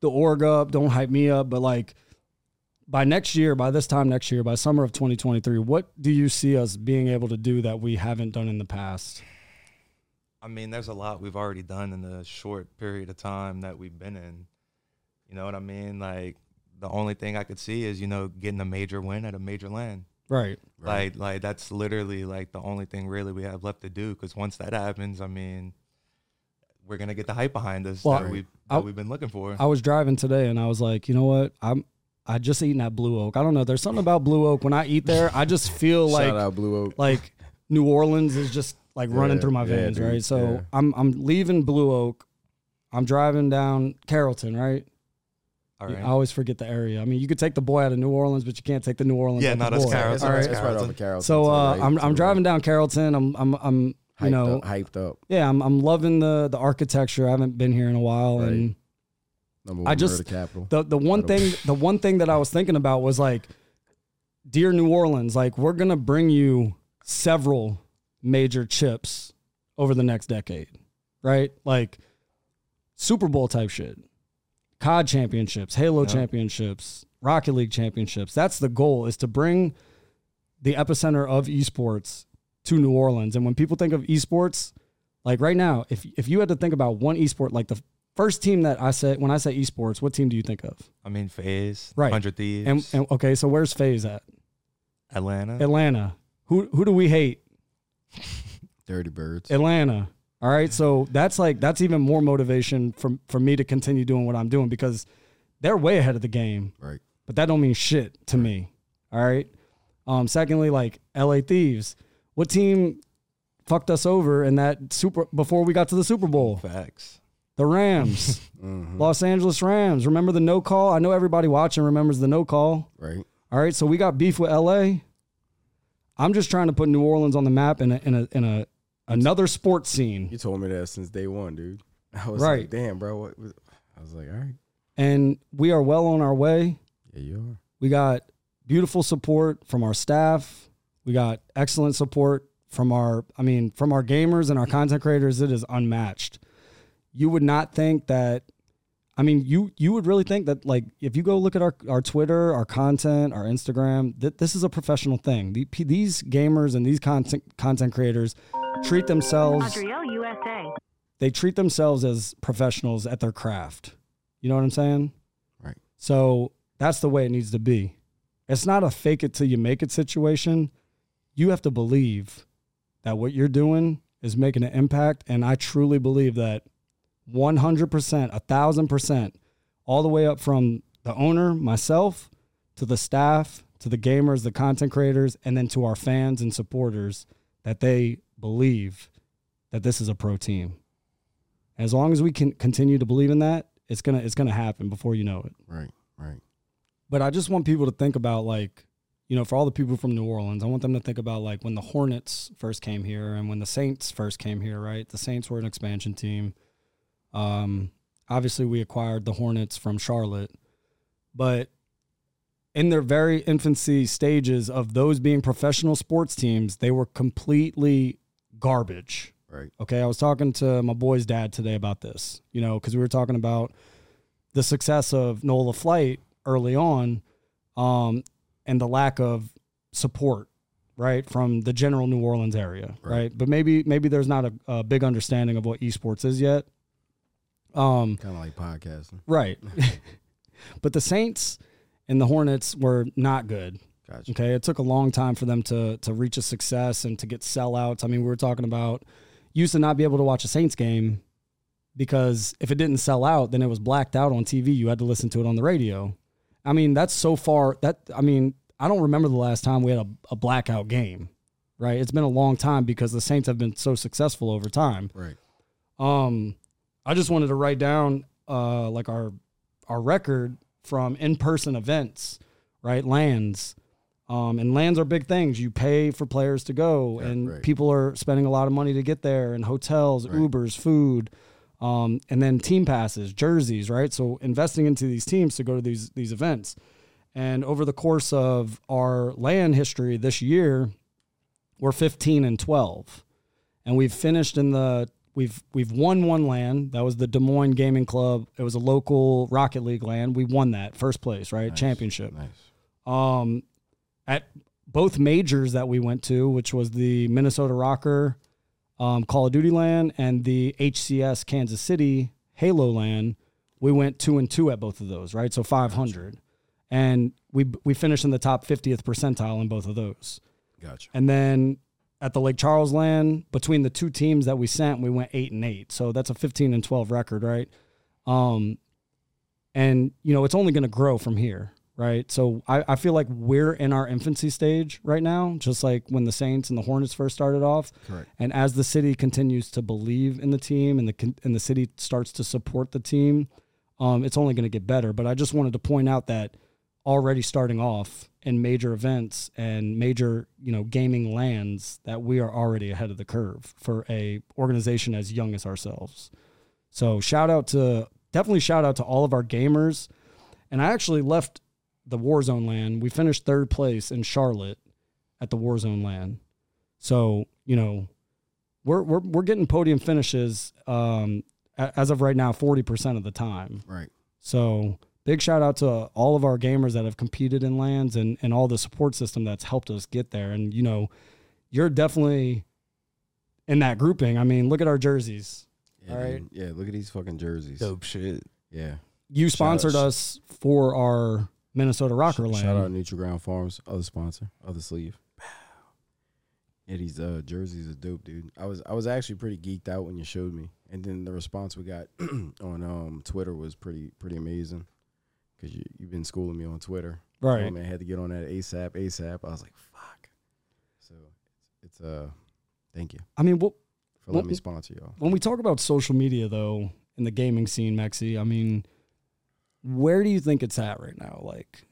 Speaker 2: the org up, don't hype me up, but like by next year, by this time next year, by summer of 2023, what do you see us being able to do that we haven't done in the past?
Speaker 3: I mean, there's a lot we've already done in the short period of time that we've been in. You know what I mean? Like the only thing I could see is you know getting a major win at a major land.
Speaker 2: Right.
Speaker 3: Like like that's literally like the only thing really we have left to do. Because once that happens, I mean, we're gonna get the hype behind us
Speaker 2: Well,
Speaker 3: that we
Speaker 2: I-
Speaker 3: that we've been looking for.
Speaker 2: I was driving today and I was like, you know what? I'm I just eaten at Blue Oak. I don't know. There's something about Blue Oak. When I eat there, I just feel
Speaker 1: Shout
Speaker 2: like
Speaker 1: out Blue Oak.
Speaker 2: like New Orleans is just like running
Speaker 1: Yeah,
Speaker 2: through my
Speaker 1: yeah,
Speaker 2: veins,
Speaker 1: dude,
Speaker 2: right? So
Speaker 1: yeah.
Speaker 2: I'm I'm leaving Blue Oak. I'm driving down Carrollton, right?
Speaker 3: All right.
Speaker 2: I always forget the area. I mean, you could take the boy out of New Orleans, but you can't take the New Orleans.
Speaker 3: Yeah,
Speaker 2: out
Speaker 3: no,
Speaker 2: the
Speaker 3: that's
Speaker 2: boy.
Speaker 3: Carroll-
Speaker 1: It's,
Speaker 2: All
Speaker 1: right,
Speaker 2: right.
Speaker 1: it's right off of Carrollton.
Speaker 2: So
Speaker 1: to the
Speaker 2: uh,
Speaker 1: right,
Speaker 2: I'm
Speaker 1: to
Speaker 2: I'm
Speaker 1: the
Speaker 2: driving
Speaker 1: right.
Speaker 2: down Carrollton. I'm I'm I'm you
Speaker 1: Hyped
Speaker 2: know
Speaker 1: up, hyped up.
Speaker 2: yeah I'm I'm loving the the architecture. I haven't been here in a while, and
Speaker 1: Number
Speaker 2: I
Speaker 1: one
Speaker 2: just-
Speaker 1: murder capital.
Speaker 2: the the one
Speaker 1: I don't-
Speaker 2: thing the one thing that I was thinking about was like, dear New Orleans, like we're gonna bring you several major chips over the next decade, right? Like Super Bowl type shit, COD championships, Halo
Speaker 3: Yeah.
Speaker 2: championships, Rocket League championships. That's the goal: is to bring the epicenter of esports to New Orleans. And when people think of esports, like right now, if if you had to think about one esport, like the first team that I say when I say esports, what team do you think of?
Speaker 3: I mean, Phase,
Speaker 2: Right.
Speaker 3: Hundred Thieves,
Speaker 2: And, and okay, so where's FaZe at?
Speaker 3: Atlanta.
Speaker 2: Atlanta. Who who do we hate?
Speaker 1: Dirty birds.
Speaker 2: Atlanta. All right, so that's like that's even more motivation for for me to continue doing what I'm doing because they're way ahead of the game.
Speaker 1: Right.
Speaker 2: But that don't mean shit to me. All right. Um. Secondly, like L.A. Thieves. What team fucked us over in that super before we got to the Super Bowl?
Speaker 3: Facts.
Speaker 2: The Rams,
Speaker 1: hmm
Speaker 2: Los Angeles Rams. Remember the no call? I know everybody watching remembers the no call.
Speaker 1: Right.
Speaker 2: All right, so we got beef with LA. I'm just trying to put New Orleans on the map in a in a in a another sports scene.
Speaker 1: You told me that since day one, dude. I was
Speaker 2: Right.
Speaker 1: like, damn, bro. What was, I was like, all right.
Speaker 2: And we are well on our way.
Speaker 1: Yeah, you are.
Speaker 2: We got beautiful support from our staff. We got excellent support from our I mean, from our gamers and our content creators. It is unmatched. You would not think that I mean, you you would really think that like if you go look at our our Twitter, our content, our Instagram, that this is a professional thing. The, p- these gamers and these content content creators treat themselves
Speaker 4: Adriel USA.
Speaker 2: they treat themselves as professionals at their craft. You know what I'm saying?
Speaker 1: Right.
Speaker 2: So that's the way it needs to be. It's not a fake it till you make it situation. You have to believe that what you're doing is making an impact. And I truly believe that 100%, 1000%, all the way up from the owner, myself, to the staff, to the gamers, the content creators, and then to our fans and supporters that they believe that this is a pro team. As long as we can continue to believe in that, it's gonna it's gonna happen before you know it.
Speaker 1: Right. Right.
Speaker 2: But I just want people to think about like, you know, for all the people from New Orleans, I want them to think about like when the Hornets first came here and when the Saints first came here, right? The Saints were an expansion team. Um, obviously we acquired the Hornets from Charlotte, but in their very infancy stages of those being professional sports teams, they were completely garbage.
Speaker 1: Right.
Speaker 2: Okay, I was talking to my boy's dad today about this, you know, because we were talking about the success of NOLA Flight early on um, and the lack of support, right, from the general New Orleans area, right?
Speaker 1: Right.
Speaker 2: But maybe maybe there's not a, a big understanding of what esports is yet. Um,
Speaker 1: Kind of like podcasting.
Speaker 2: right. but the Saints and the Hornets were not good.
Speaker 1: Gotcha.
Speaker 2: Okay, it took a long time for them to to reach a success and to get sellouts. I mean, we were talking about used to not be able to watch a Saints game because if it didn't sell out, then it was blacked out on TV. You had to listen to it on the radio. I mean, that's so far that I mean, I don't remember the last time we had a, a blackout game, right? It's been a long time because the Saints have been so successful over time.
Speaker 1: Right.
Speaker 2: Um, I just wanted to write down uh like our our record from in person events, right? Lands. Um, and lands are big things. You pay for players to go,
Speaker 1: Yeah,
Speaker 2: and
Speaker 1: right.
Speaker 2: people are spending a lot of money to get there, and hotels,
Speaker 1: Right.
Speaker 2: Ubers, food, um, and then team passes, jerseys, right? So investing into these teams to go to these these events. And over the course of our land history this year, we're 15 and 12 and we've finished in the we've we've won one land that was the des moines gaming club it was a local rocket league land we won that first place right
Speaker 1: Nice.
Speaker 2: championship
Speaker 1: Nice.
Speaker 2: um at both majors that we went to which was the minnesota rocker um, call of duty land and the hcs kansas city halo land we went two and two at both of those right so 500 and we we finished in the top 50th percentile in both of those
Speaker 1: Gotcha.
Speaker 2: and then at the Lake Charles land, between the two teams that we sent, we went eight and eight. So that's a 15 and 12 record, right? Um, and, you know, it's only going to grow from here, right? So I, I feel like we're in our infancy stage right now, just like when the Saints and the Hornets first started off.
Speaker 1: Correct.
Speaker 2: And as the city continues to believe in the team and the, con- and the city starts to support the team, Um, it's only going to get better. But I just wanted to point out that already starting off in major events and major you know gaming lands that we are already ahead of the curve for a organization as young as ourselves. So shout out to definitely shout out to all of our gamers. And I actually left the Warzone land. We finished third place in Charlotte at the Warzone land. So, you know, we're we're we're getting podium finishes um a- as of right now 40% of the time.
Speaker 1: Right.
Speaker 2: So, big shout out to all of our gamers that have competed in lands and and all the support system that's helped us get there and you know, you're definitely in that grouping. I mean, look at our jerseys.
Speaker 1: Yeah,
Speaker 2: All right.
Speaker 1: dude. Yeah. Look at these fucking jerseys.
Speaker 3: Dope shit.
Speaker 1: Yeah.
Speaker 2: You sponsored
Speaker 1: out-
Speaker 2: us for our Minnesota Rocker
Speaker 1: Sh-
Speaker 2: land.
Speaker 1: Shout out Neutral Ground Farms, other sponsor, other sleeve. Yeah, these uh, jerseys are dope, dude. I was I was actually pretty geeked out when you showed me, and then the response we got on um, Twitter was pretty pretty amazing. Cause you you've been schooling me on Twitter,
Speaker 2: Right.
Speaker 1: Um, and I had to get on that ASAP, ASAP. I was like, fuck. So it's uh, thank you
Speaker 2: I mean, what
Speaker 1: for
Speaker 2: Well,
Speaker 1: letting me sponsor y'all.
Speaker 2: when we talk about social media though in the gaming scene mexi i mean where do you think it's at right now like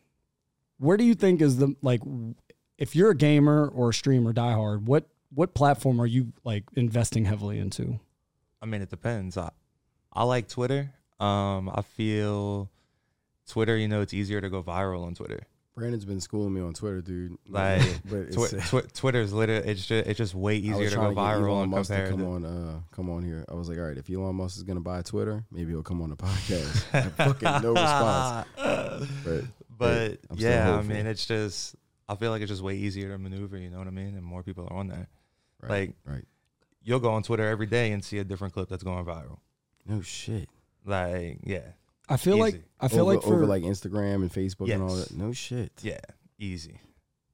Speaker 2: where do you think is the like w- if you're a gamer or a streamer diehard what what platform are you like investing heavily into
Speaker 3: I mean, it depends. I, I like Twitter. Um, I feel Twitter. You know, it's easier to go viral on Twitter.
Speaker 1: Brandon's been schooling me on Twitter, dude.
Speaker 3: Like,
Speaker 1: but it's,
Speaker 3: Twi- twi- Twitter's literally it's just it's just way
Speaker 1: I
Speaker 3: easier
Speaker 1: was
Speaker 3: to go
Speaker 1: trying get
Speaker 3: viral
Speaker 1: Elon
Speaker 3: in
Speaker 1: Musk to
Speaker 3: comparison.
Speaker 1: come on, uh, come on here. I was like, all right, if Elon Musk is gonna buy Twitter, maybe he'll come on the podcast. I fucking no response. But
Speaker 3: But
Speaker 1: I'm still
Speaker 3: yeah, I
Speaker 1: hopeful.
Speaker 3: mean, it's just I feel like it's just way easier to maneuver. You know what I mean? And more people are on there.
Speaker 1: Right,
Speaker 3: Like
Speaker 1: right.
Speaker 3: you'll go on Twitter every day and see a different clip that's going viral.
Speaker 1: no shit.
Speaker 3: Like yeah,
Speaker 2: i feel like
Speaker 3: Easy.
Speaker 2: i feel
Speaker 1: over,
Speaker 2: like for
Speaker 1: over like Instagram and Facebook and all
Speaker 3: Yes.
Speaker 1: that. No shit.
Speaker 3: yeah, easy.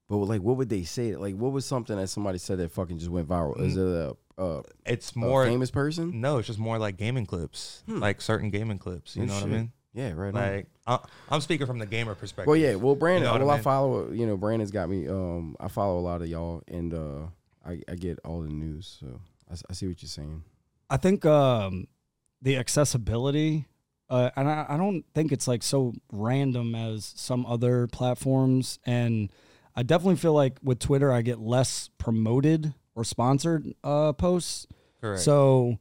Speaker 1: But like, what would they say? Like, what was something that somebody said that fucking just went viral? Is it a, a,
Speaker 3: It's
Speaker 1: more
Speaker 3: Mm. more Mm.
Speaker 1: famous person?
Speaker 3: no, it's just more like gaming clips, like certain gaming clips. You
Speaker 1: Hmm. Oh,
Speaker 3: know
Speaker 1: shit.
Speaker 3: what I mean?
Speaker 1: Yeah, right. on.
Speaker 3: Like I, I'm speaking from the gamer perspective.
Speaker 1: Well, yeah. Well, Brandon.
Speaker 3: what I
Speaker 1: well, I,
Speaker 3: mean?
Speaker 1: follow. You know, Brandon's got me. Um, I follow a lot of y'all, and uh, I, I get all the news. So I, s- I see what you're saying.
Speaker 2: I think um, the accessibility, uh, and I, I don't think it's like so random as some other platforms. And I definitely feel like with Twitter, I get less promoted or sponsored uh, posts.
Speaker 3: correct.
Speaker 2: So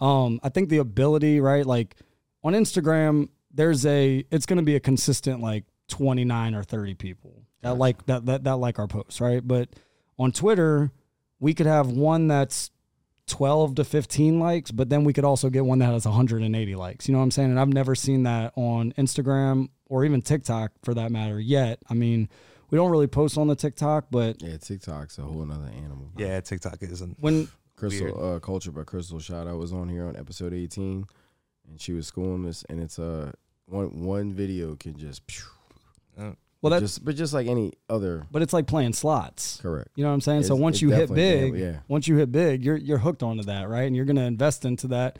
Speaker 2: um, I think the ability, right? Like on Instagram, there's a it's going to be a consistent like 29 or 30 people that like that that that like our posts, right? But on Twitter, we could have one that's 12 to 15 likes, but then we could also get one that has 180 likes. You know what I'm saying? And I've never seen that on Instagram or even TikTok for that matter yet. I mean, we don't really post on the TikTok, but
Speaker 1: Yeah, TikTok's a whole nother animal.
Speaker 3: yeah, TikTok isn't.
Speaker 2: when
Speaker 1: Crystal uh, Culture by Crystal Shot. I was on here on episode 18, and she was schooling us, and it's uh one one video can just phew,
Speaker 3: Uh,
Speaker 2: well that's
Speaker 1: just but just like any other
Speaker 2: but it's like playing slots.
Speaker 1: correct.
Speaker 2: You know what I'm saying? so
Speaker 1: It's-
Speaker 2: once
Speaker 1: it's
Speaker 2: you hit
Speaker 1: definitely
Speaker 2: big,
Speaker 1: gamble, yeah.
Speaker 2: once you hit big, you're you're hooked onto that, right? And you're going to invest into that.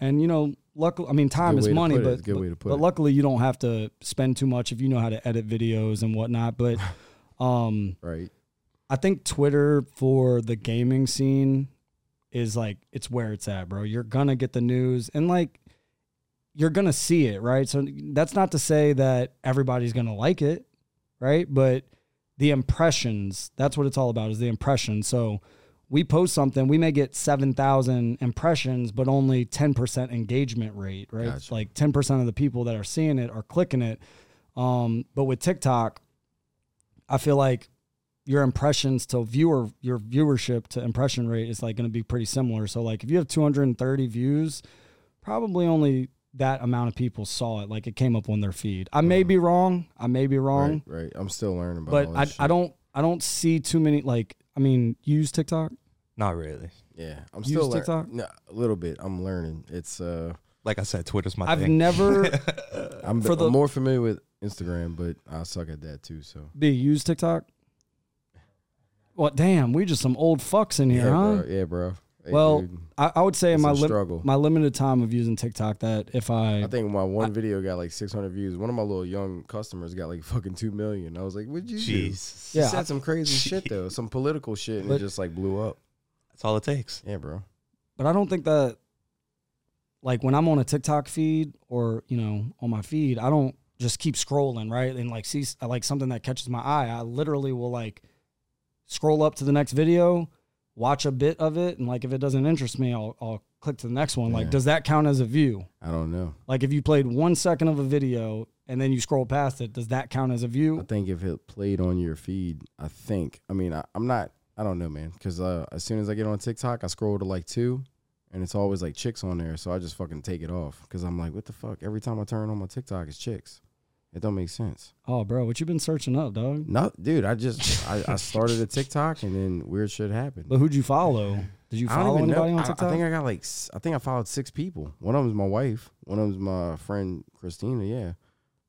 Speaker 2: And you know, luckily, I mean, time
Speaker 1: good
Speaker 2: is
Speaker 1: way to
Speaker 2: money,
Speaker 1: put it.
Speaker 2: but
Speaker 1: It's a good
Speaker 2: but,
Speaker 1: way to put
Speaker 2: but
Speaker 1: it.
Speaker 2: luckily, you don't have to spend too much if you know how to edit videos and whatnot. But um,
Speaker 1: Right.
Speaker 2: I think Twitter for the gaming scene is like it's where it's at, bro. You're gonna get the news and like you're gonna see it, right? So that's not to say that everybody's gonna like it, right? But the impressions, that's what it's all about, is the impression. So we post something, we may get 7,000 impressions, but only 10% engagement rate, right?
Speaker 1: Gotcha.
Speaker 2: Like 10% of the people that are seeing it are clicking it. Um, but with TikTok, I feel like your impressions to viewer your viewership to impression rate is like going to be pretty similar. So like if you have 230 views, probably only that amount of people saw it. Like it came up on their feed. I may be wrong. I may be wrong,
Speaker 1: Right, right. I'm still learning about. all
Speaker 2: Um, but
Speaker 1: that
Speaker 2: I,
Speaker 1: shit.
Speaker 2: I don't I don't see too many like I mean you use TikTok.
Speaker 3: Not really.
Speaker 1: Yeah, I'm
Speaker 2: You
Speaker 1: still
Speaker 2: use
Speaker 1: lear-
Speaker 2: TikTok?
Speaker 1: No, a little bit. I'm learning. It's uh,
Speaker 3: Like I said, Twitter's my
Speaker 2: I've
Speaker 3: thing.
Speaker 2: never
Speaker 1: I'm,
Speaker 2: Uh, For the-
Speaker 1: I'm more familiar with Instagram, but I suck at that too. So
Speaker 2: be used TikTok. What damn, we just some old fucks in here,
Speaker 1: yeah,
Speaker 2: huh?
Speaker 1: bro. Yeah, bro. Hey,
Speaker 2: Well,
Speaker 1: dude,
Speaker 2: I, I would say in
Speaker 1: it's
Speaker 2: my
Speaker 1: a
Speaker 2: lim-
Speaker 1: struggle.
Speaker 2: my limited time of using TikTok that if
Speaker 1: I think my one video got like 600 views. One of my little young customers got like fucking two million. I was like, "What'd you do?"
Speaker 3: Jeez,
Speaker 1: She
Speaker 2: Yeah, I-
Speaker 1: said some crazy shit though, some political shit, and
Speaker 2: But-
Speaker 1: it just like blew up.
Speaker 3: that's all it takes.
Speaker 1: Yeah, bro.
Speaker 2: but I don't think that like when I'm on a TikTok feed or you know on my feed, I don't just keep scrolling right and like see like something that catches my eye. I literally will like scroll up to the next video, watch a bit of it, and like if it doesn't interest me, I'll I'll click to the next one. Like,
Speaker 1: Yeah.
Speaker 2: does that count as a view?
Speaker 1: I don't know.
Speaker 2: Like if you played one second of a video and then you scroll past it, does that count as a
Speaker 1: I
Speaker 2: view?
Speaker 1: think if it played on your feed, I think. I mean, I, I'm not. I don't know, man. Because uh, as soon as I get on TikTok, I scroll to like two, and it's always like chicks on there. So I just fucking take it off because I'm like, what the fuck? Every time I turn on my TikTok, it's chicks. It don't make sense.
Speaker 2: Oh, bro, what you been searching up, dog?
Speaker 1: No, dude. I just I, I started a TikTok and then weird shit happened.
Speaker 2: But who'd you follow? Did you follow anybody
Speaker 1: know.
Speaker 2: on
Speaker 1: I-
Speaker 2: TikTok?
Speaker 1: I, think I got like s- I think I followed six people. One of them's my wife. One of them's my friend Christina. Yeah,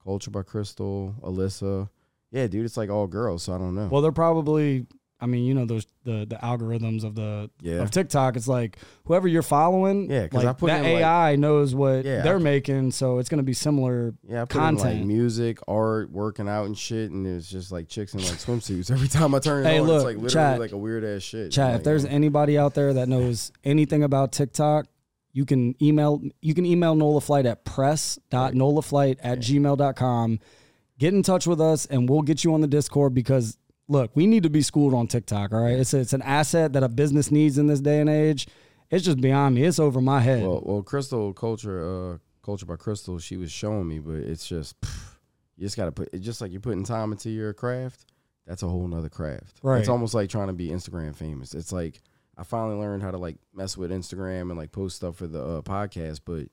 Speaker 1: Culture by Crystal, Alyssa. Yeah, dude, it's like all girls, so I don't know.
Speaker 2: well, they're probably. I mean, you know those the the algorithms of the
Speaker 1: yeah,
Speaker 2: of TikTok. It's like whoever you're following.
Speaker 1: Yeah, 'cause
Speaker 2: like,
Speaker 1: I put
Speaker 2: that
Speaker 1: in, like-
Speaker 2: AI knows what
Speaker 1: Yeah, I
Speaker 2: they're
Speaker 1: put-
Speaker 2: making, so it's gonna be similar.
Speaker 1: yeah. I put in, like
Speaker 2: content.
Speaker 1: music, art, working out, and shit, and it's just like chicks in like swimsuits every time I turn it
Speaker 2: Hey,
Speaker 1: on.
Speaker 2: look,
Speaker 1: it's like literally
Speaker 2: chat.
Speaker 1: like a weird ass shit.
Speaker 2: Chat.
Speaker 1: Like,
Speaker 2: if there's
Speaker 1: um,
Speaker 2: anybody out there that knows anything about TikTok, you can email you can email NolaFlight at press.nolaflight at gmail.com. Get in touch with us and we'll get you on the Discord because look, we need to be schooled on TikTok, all right? It's it's an asset that a business needs in this day and age. It's just beyond me. It's over my head.
Speaker 1: Well, well, Crystal Culture, uh, Culture by Crystal, she was showing me, but it's just pff, you just gotta put it's just like you're putting time into your craft. That's a whole nother craft.
Speaker 2: Right.
Speaker 1: It's almost like trying to be Instagram famous. It's like I finally learned how to like mess with Instagram and like post stuff for the uh, podcast, but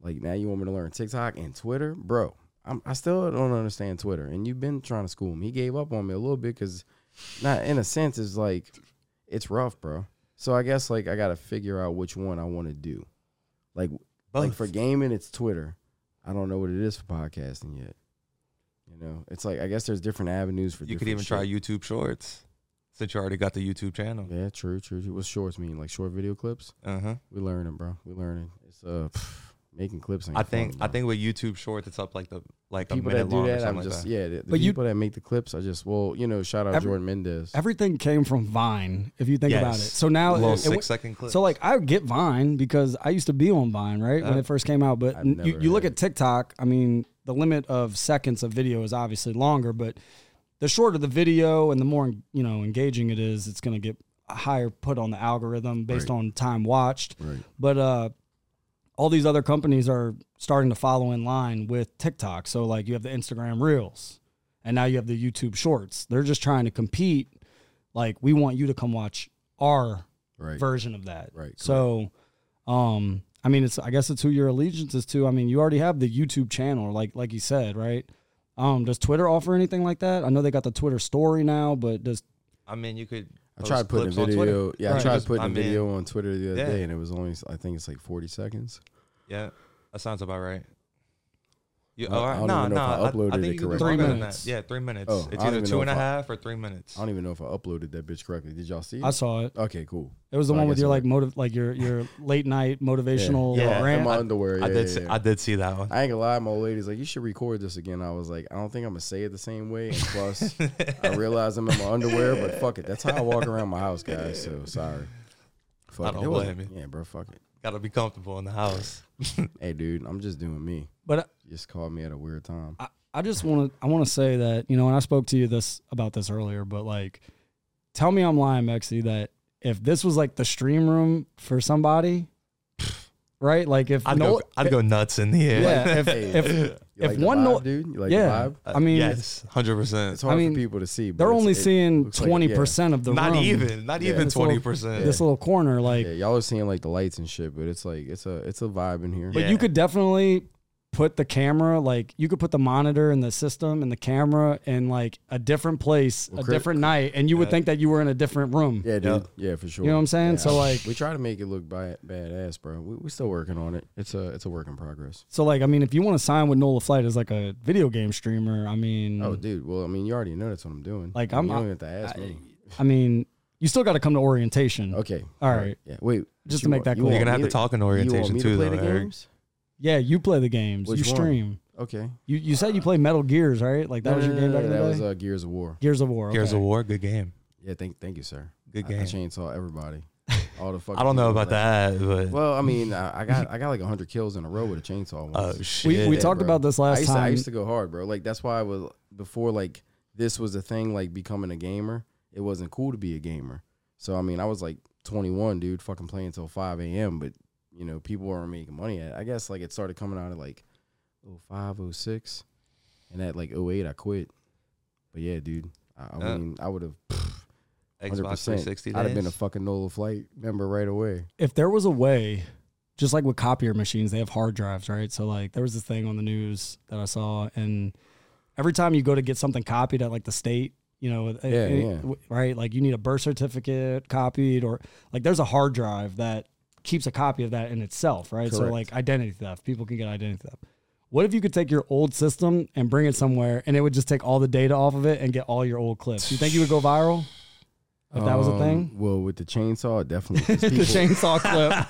Speaker 1: like now you want me to learn TikTok and Twitter, bro. I'm, I still don't understand Twitter, and you've been trying to school me. He gave up on me a little bit because, not in a sense, is like it's rough, bro. So I guess like I gotta figure out which one I want to do. Like
Speaker 3: Both.
Speaker 1: like for gaming, it's Twitter. I don't know what it is for podcasting yet. You know, it's like I guess there's different avenues for.
Speaker 3: you could
Speaker 1: different
Speaker 3: even try
Speaker 1: shit.
Speaker 3: YouTube Shorts since you already got the YouTube channel.
Speaker 1: Yeah, true, true, true. What's shorts mean? Like short video clips?
Speaker 3: Uh huh.
Speaker 1: We learning, bro. We learning. It's uh making clips. Ain't
Speaker 3: I think
Speaker 1: fun,
Speaker 3: I
Speaker 1: bro.
Speaker 3: think with YouTube Shorts, it's up like the like
Speaker 1: people
Speaker 3: a minute
Speaker 1: that do
Speaker 3: long or
Speaker 1: that,
Speaker 3: something
Speaker 1: I'm
Speaker 3: like
Speaker 1: just
Speaker 3: that.
Speaker 1: yeah. The, the
Speaker 2: But you-
Speaker 1: people that make the clips, I just well, you know, shout out
Speaker 2: Every-
Speaker 1: Jordan Mendez.
Speaker 2: Everything came from Vine, if you think about it.
Speaker 3: Yes.
Speaker 2: So now it-
Speaker 3: little
Speaker 2: it-
Speaker 3: six second clip.
Speaker 2: So like I get Vine because I used to be on Vine, right? when
Speaker 3: Yeah.
Speaker 2: it first came out. But
Speaker 1: I've
Speaker 2: n- you,
Speaker 1: never
Speaker 2: you look
Speaker 1: had
Speaker 2: at TikTok, I mean, the limit of seconds of video is obviously longer, but the shorter the video and the more you know engaging it is, it's gonna get a higher put on the algorithm based on time watched.
Speaker 1: Right.
Speaker 2: But uh all these other companies are starting to follow in line with TikTok. So like you have the Instagram Reels and now you have the YouTube Shorts. They're just trying to compete. Like we want you to come watch our
Speaker 1: Right.
Speaker 2: version of that.
Speaker 1: Right, correct.
Speaker 2: So, um, I mean, it's I guess it's who your allegiance is to. I mean, you already have the YouTube channel, like like you said, right? Um, does Twitter offer anything like that? I know they got the Twitter story now, but does
Speaker 3: I mean, you could.
Speaker 1: I
Speaker 3: post
Speaker 1: tried putting a
Speaker 3: clips on Twitter.
Speaker 1: video. Yeah, I
Speaker 2: Right.
Speaker 1: tried
Speaker 3: Just-
Speaker 1: putting
Speaker 3: I
Speaker 1: a
Speaker 3: mean,
Speaker 1: video on Twitter the other
Speaker 3: yeah.
Speaker 1: day, and it was only I think it's like 40 seconds.
Speaker 3: Yeah, that sounds about right. You,
Speaker 1: I- I
Speaker 3: all right.
Speaker 1: don't
Speaker 3: No,
Speaker 1: even know
Speaker 3: no,
Speaker 1: if I
Speaker 3: I,
Speaker 1: uploaded
Speaker 3: I think
Speaker 1: it
Speaker 3: you could
Speaker 1: correctly.
Speaker 3: do
Speaker 2: Three
Speaker 3: better than
Speaker 2: minutes.
Speaker 3: that. Yeah, three minutes.
Speaker 1: Oh,
Speaker 3: it's
Speaker 1: I don't
Speaker 3: either
Speaker 1: even
Speaker 3: two
Speaker 1: know
Speaker 3: and a
Speaker 1: if I-
Speaker 3: half or three minutes.
Speaker 1: I don't even know if I uploaded that bitch correctly. Did y'all see it?
Speaker 2: I saw it?
Speaker 1: okay, cool.
Speaker 2: It was the
Speaker 1: Oh, I
Speaker 2: one with
Speaker 1: guess
Speaker 2: your
Speaker 1: it
Speaker 2: like motive, like your your late night motivational
Speaker 3: Yeah. Yeah.
Speaker 1: In
Speaker 2: rant.
Speaker 1: my
Speaker 3: I-
Speaker 1: underwear. Yeah,
Speaker 3: I did.
Speaker 1: yeah,
Speaker 3: See,
Speaker 1: yeah.
Speaker 3: I did see that one.
Speaker 1: I ain't gonna lie, my old lady's like, you should record this again. I was like, I don't think I'm gonna say it the same way. And plus, I realize I'm in my underwear, but fuck it. That's how I walk around my house, guys. So sorry. Fuck
Speaker 3: I
Speaker 1: it.
Speaker 3: don't
Speaker 1: It wasn't-
Speaker 3: blame
Speaker 1: Yeah, bro, fuck it.
Speaker 3: Gotta be comfortable in the house.
Speaker 1: Hey, dude, I'm just doing me.
Speaker 2: But
Speaker 1: You Just called me at a weird time.
Speaker 2: I, I just want to I want to say that you know, and I spoke to you this about this earlier, but like, tell me I'm lying, Mexi. That if this was like the stream room for somebody, right? Like if
Speaker 3: I'd
Speaker 2: Nola-
Speaker 3: go. I'd go nuts in the air.
Speaker 2: yeah, if,
Speaker 1: Hey,
Speaker 2: if
Speaker 1: you like
Speaker 2: if
Speaker 1: the
Speaker 2: one
Speaker 1: vibe,
Speaker 2: no-
Speaker 1: dude, you like
Speaker 2: yeah,
Speaker 1: the vibe?
Speaker 2: I mean,
Speaker 3: Uh, yes, hundred
Speaker 1: It's
Speaker 3: percent.
Speaker 1: hard
Speaker 2: mean,
Speaker 1: for people to see. but
Speaker 2: they're
Speaker 1: it's-
Speaker 2: only
Speaker 1: it
Speaker 2: seeing
Speaker 1: looks like- yeah.
Speaker 2: twenty percent of the
Speaker 3: Not
Speaker 2: room.
Speaker 3: even. Not
Speaker 1: Yeah.
Speaker 3: even
Speaker 2: This little-
Speaker 3: twenty percent.
Speaker 2: this little corner, like,
Speaker 1: Yeah, y'all are seeing like the lights and shit, but it's like it's a it's a vibe in here.
Speaker 2: but
Speaker 3: Yeah.
Speaker 2: you could definitely put the camera, like, you could put the monitor and the system and the camera in like a different place,
Speaker 1: Well,
Speaker 2: a
Speaker 1: Chris-
Speaker 2: different night, and you would
Speaker 3: Yeah.
Speaker 2: think that you were in a different room.
Speaker 1: Yeah, dude.
Speaker 3: Yeah.
Speaker 1: Yeah, for sure.
Speaker 2: You know what I'm saying? So like,
Speaker 1: we try to make it look bi- badass, bro. We we still working on it. It's a it's a work in progress.
Speaker 2: so like, I mean, if you want to sign with Nola Flight as like a video game streamer, I mean,
Speaker 1: Oh, dude. Well, I mean, you already know that's what I'm doing.
Speaker 2: Mm-hmm. Like,
Speaker 1: I mean,
Speaker 2: I'm-
Speaker 1: You don't even have to ask
Speaker 2: I-
Speaker 1: me.
Speaker 2: I mean, you still got to come to orientation.
Speaker 1: Okay.
Speaker 2: All right.
Speaker 1: Yeah. Wait.
Speaker 2: Just
Speaker 1: you
Speaker 2: to make
Speaker 1: want-
Speaker 2: that
Speaker 1: you
Speaker 2: clear.
Speaker 3: You're
Speaker 1: want
Speaker 3: gonna have
Speaker 1: me
Speaker 3: to talk in
Speaker 1: you want
Speaker 3: orientation
Speaker 1: me to
Speaker 3: too,
Speaker 1: play
Speaker 3: though.
Speaker 1: the
Speaker 3: Eric.
Speaker 1: games?
Speaker 2: Yeah, you play the games.
Speaker 1: Which
Speaker 2: you
Speaker 1: one?
Speaker 2: stream.
Speaker 1: Okay.
Speaker 2: You you said you play Metal Gears, right? Like that
Speaker 1: No,
Speaker 2: was
Speaker 1: no,
Speaker 2: your
Speaker 1: no,
Speaker 2: game
Speaker 1: no,
Speaker 2: back in the
Speaker 1: That
Speaker 2: day.
Speaker 1: was uh, Gears of War.
Speaker 2: Gears of War.
Speaker 3: Gears
Speaker 2: okay.
Speaker 3: of War, good game.
Speaker 1: Yeah. Thank thank you, sir.
Speaker 3: Good
Speaker 1: I, I
Speaker 3: game.
Speaker 1: chainsaw everybody. all the fucking.
Speaker 3: I don't know
Speaker 1: people,
Speaker 3: about
Speaker 1: like-
Speaker 3: that, but
Speaker 1: Well, I mean, I, I got I got like hundred kills in a row with a chainsaw.
Speaker 3: oh
Speaker 1: Once.
Speaker 3: shit.
Speaker 2: We, we
Speaker 1: Yeah,
Speaker 2: talked
Speaker 1: bro.
Speaker 2: about this
Speaker 1: I
Speaker 2: last
Speaker 1: used To, I
Speaker 2: time.
Speaker 1: used to go hard, bro. Like that's why I was before like this was a thing. Like becoming a gamer, it wasn't cool to be a gamer. So I mean, I was like 21, dude, fucking playing till 5 a.m. But you know, people weren't making money. At it. I guess like it started coming out at like 05, 06, and at like 08, I quit. But yeah, dude, I, I
Speaker 3: Yeah.
Speaker 1: mean, I would have
Speaker 3: Xbox 360.
Speaker 1: I'd have been a
Speaker 3: days.
Speaker 1: fucking Nola flight member right away.
Speaker 2: if there was a way, just like with copier machines, they have hard drives, right? So like there was this thing on the news that I saw, and every time you go to get something copied at like the state, you know, it-
Speaker 1: Yeah,
Speaker 2: it-
Speaker 1: yeah.
Speaker 2: w- right, like you need a birth certificate copied, or like there's a hard drive that keeps a copy of that in itself, right? So
Speaker 1: Correct.
Speaker 2: like identity theft, people can get identity theft. What if you could take your old system and bring it somewhere, and it would just take all the data off of it and get all your old clips? You think you would go viral if that was a
Speaker 1: Um,
Speaker 2: thing?
Speaker 1: Well, with the chainsaw, definitely. 'cause
Speaker 2: the
Speaker 1: people-
Speaker 2: chainsaw clip.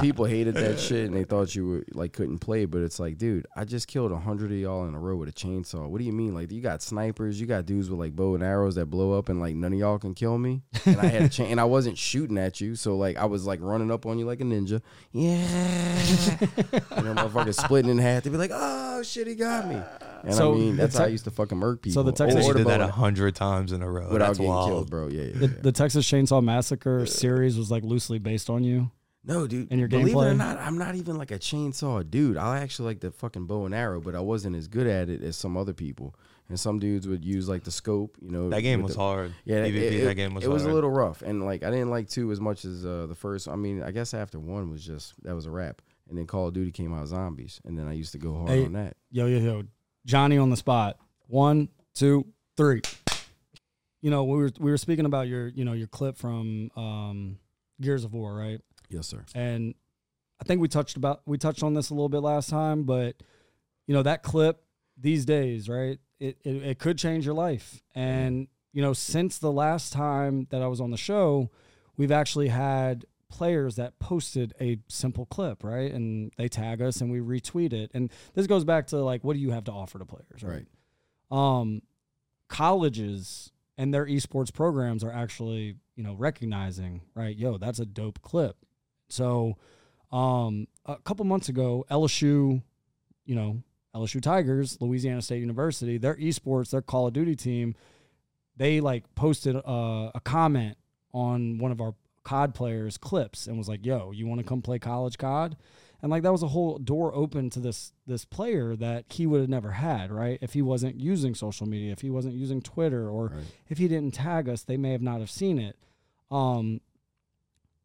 Speaker 1: people, people hated that shit and they thought you were like couldn't play. But it's like, dude, I just killed a hundred of y'all in a row with a chainsaw. What do you mean? Like, you got snipers, you got dudes with like bow and arrows that blow up, and like none of y'all can kill me. And I had a chain, and I wasn't shooting at you, so like I was like running up on you like a ninja. Yeah, and then motherfuckers splitting in half. They'd be like, oh shit, he got me. And
Speaker 2: So
Speaker 1: I mean,
Speaker 2: the
Speaker 1: that's how I
Speaker 2: tech-
Speaker 1: used to fucking murk people.
Speaker 2: so the Texas-
Speaker 3: Texas
Speaker 1: Or
Speaker 3: did
Speaker 1: the
Speaker 3: that
Speaker 1: bow
Speaker 3: a hundred times in a row.
Speaker 1: without
Speaker 3: That's
Speaker 1: getting
Speaker 3: wild.
Speaker 1: killed, bro. Yeah, yeah,
Speaker 2: the,
Speaker 1: yeah.
Speaker 2: the Texas Chainsaw Massacre series was like loosely based on you.
Speaker 1: No, dude.
Speaker 2: And your
Speaker 1: believe it or
Speaker 2: gameplay?
Speaker 1: not, I'm not even like a chainsaw dude. I actually like the fucking bow and arrow, but I wasn't as good at it as some other people. And some dudes would use like the scope, you know.
Speaker 3: That game
Speaker 1: with
Speaker 3: was
Speaker 1: the-
Speaker 3: hard.
Speaker 1: Yeah,
Speaker 3: EVP,
Speaker 1: it, it-
Speaker 3: that game was.
Speaker 1: It was
Speaker 3: hard.
Speaker 1: a little rough, and like I didn't like two as much as uh, the first. I mean, I guess after one was just that was a wrap, and then Call of Duty came out zombies, and then I used to go hard
Speaker 2: Hey.
Speaker 1: on that.
Speaker 2: Yo, yo, yo. Johnny on the spot. One, two, three. You know, we were we were speaking about your, you know, your clip from um Gears of War, right?
Speaker 1: Yes, sir.
Speaker 2: And I think we touched about we touched on this a little bit last time, but you know, that clip these days, right? It it, it could change your life. And you know, since the last time that I was on the show, we've actually had players that posted a simple clip, right? And they tag us and we retweet it. And this goes back to like what do you have to offer to players, right? Um colleges and their esports programs are actually, you know, recognizing, right? Yo, that's a dope clip. So, um, a couple months ago, LSU, you know, LSU Tigers, Louisiana State University, their esports, their Call of Duty team, they like posted uh, a, a comment on one of our COD players' clips and was like, "Yo, you want to come play college COD?" And like that was a whole door open to this this player that he would have never had, right? If he wasn't using social media, if he wasn't using Twitter, or
Speaker 1: Right.
Speaker 2: if he didn't tag us, they may have not have seen it. Um,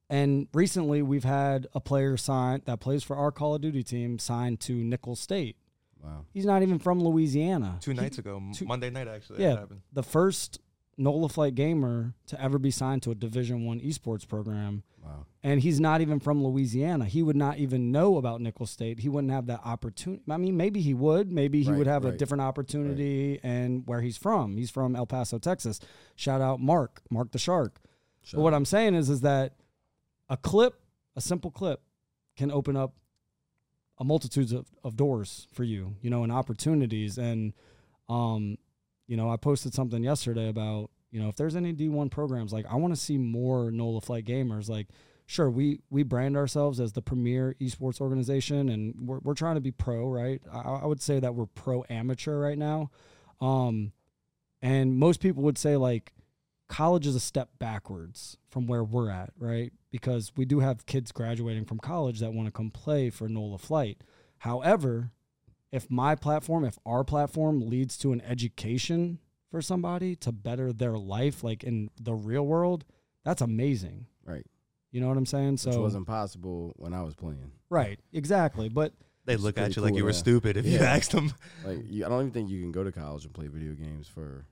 Speaker 2: and recently, we've had a player sign that plays for our Call of Duty team signed to Nickel State.
Speaker 1: Wow.
Speaker 2: He's not even from Louisiana.
Speaker 3: Two
Speaker 2: He-
Speaker 3: nights ago, m-
Speaker 2: two-
Speaker 3: Monday night actually. that
Speaker 2: Yeah,
Speaker 3: happened.
Speaker 2: the first NOLA Flight gamer to ever be signed to a Division One esports program,
Speaker 1: Wow.
Speaker 2: and he's not even from Louisiana. He would not even know about Nickel State. He wouldn't have that opportunity. I mean, maybe he would. Maybe he
Speaker 1: Right,
Speaker 2: would have a
Speaker 1: right.
Speaker 2: different opportunity and where he's from. He's from El Paso, Texas. Shout out Mark, Mark the Shark.
Speaker 1: Shut
Speaker 2: But what
Speaker 1: up.
Speaker 2: I'm saying is, is that a clip, a simple clip, can open up a multitudes of, of doors for you, you know, and opportunities. And, um, you know, I posted something yesterday about, you know, if there's any D1 programs, like I want to see more NOLA flight gamers. Like, sure, we we brand ourselves as the premier esports organization, and we're we're trying to be pro, right? I, I would say that we're pro amateur right now. Um, and most people would say like college is a step backwards from where we're at, right? Because we do have kids graduating from college that want to come play for NOLA Flight. However, if my platform, if our platform leads to an education for somebody to better their life, like in the real world, that's amazing.
Speaker 1: Right.
Speaker 2: You know what I'm saying? So
Speaker 1: Which wasn't possible when I was playing.
Speaker 2: right, exactly. But
Speaker 3: They
Speaker 1: It's
Speaker 3: look at
Speaker 1: pretty
Speaker 3: you like
Speaker 1: cool,
Speaker 3: you were
Speaker 1: yeah.
Speaker 3: stupid if you
Speaker 1: Yeah.
Speaker 3: asked them.
Speaker 1: Like, you, I don't even think you can go to college and play video games for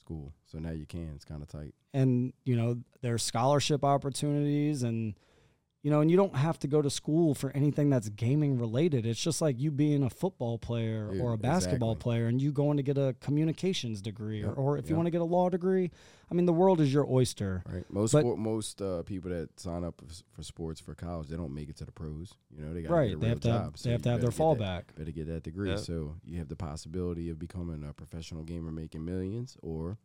Speaker 1: school. So now you can. It's kind of tight.
Speaker 2: and you know there's scholarship opportunities and you know and you don't have to go to school for anything that's gaming related it's just like you being a football player
Speaker 1: Dude,
Speaker 2: or a basketball
Speaker 1: exactly.
Speaker 2: player and you going to get a communications degree or,
Speaker 1: Yep,
Speaker 2: or if you
Speaker 1: yep.
Speaker 2: want to get a law degree i mean the world is your oyster
Speaker 1: Right. Most
Speaker 2: But-
Speaker 1: sport, most uh, people that sign up for s- for sports for college, they don't make it to the pros. You know, they got
Speaker 2: right they have to
Speaker 1: job,
Speaker 2: have,
Speaker 1: so
Speaker 2: they have to
Speaker 1: you
Speaker 2: have their
Speaker 1: better get that-
Speaker 2: fallback
Speaker 1: better get that degree,
Speaker 3: Yeah.
Speaker 1: so you have the possibility of becoming a professional gamer, making millions, or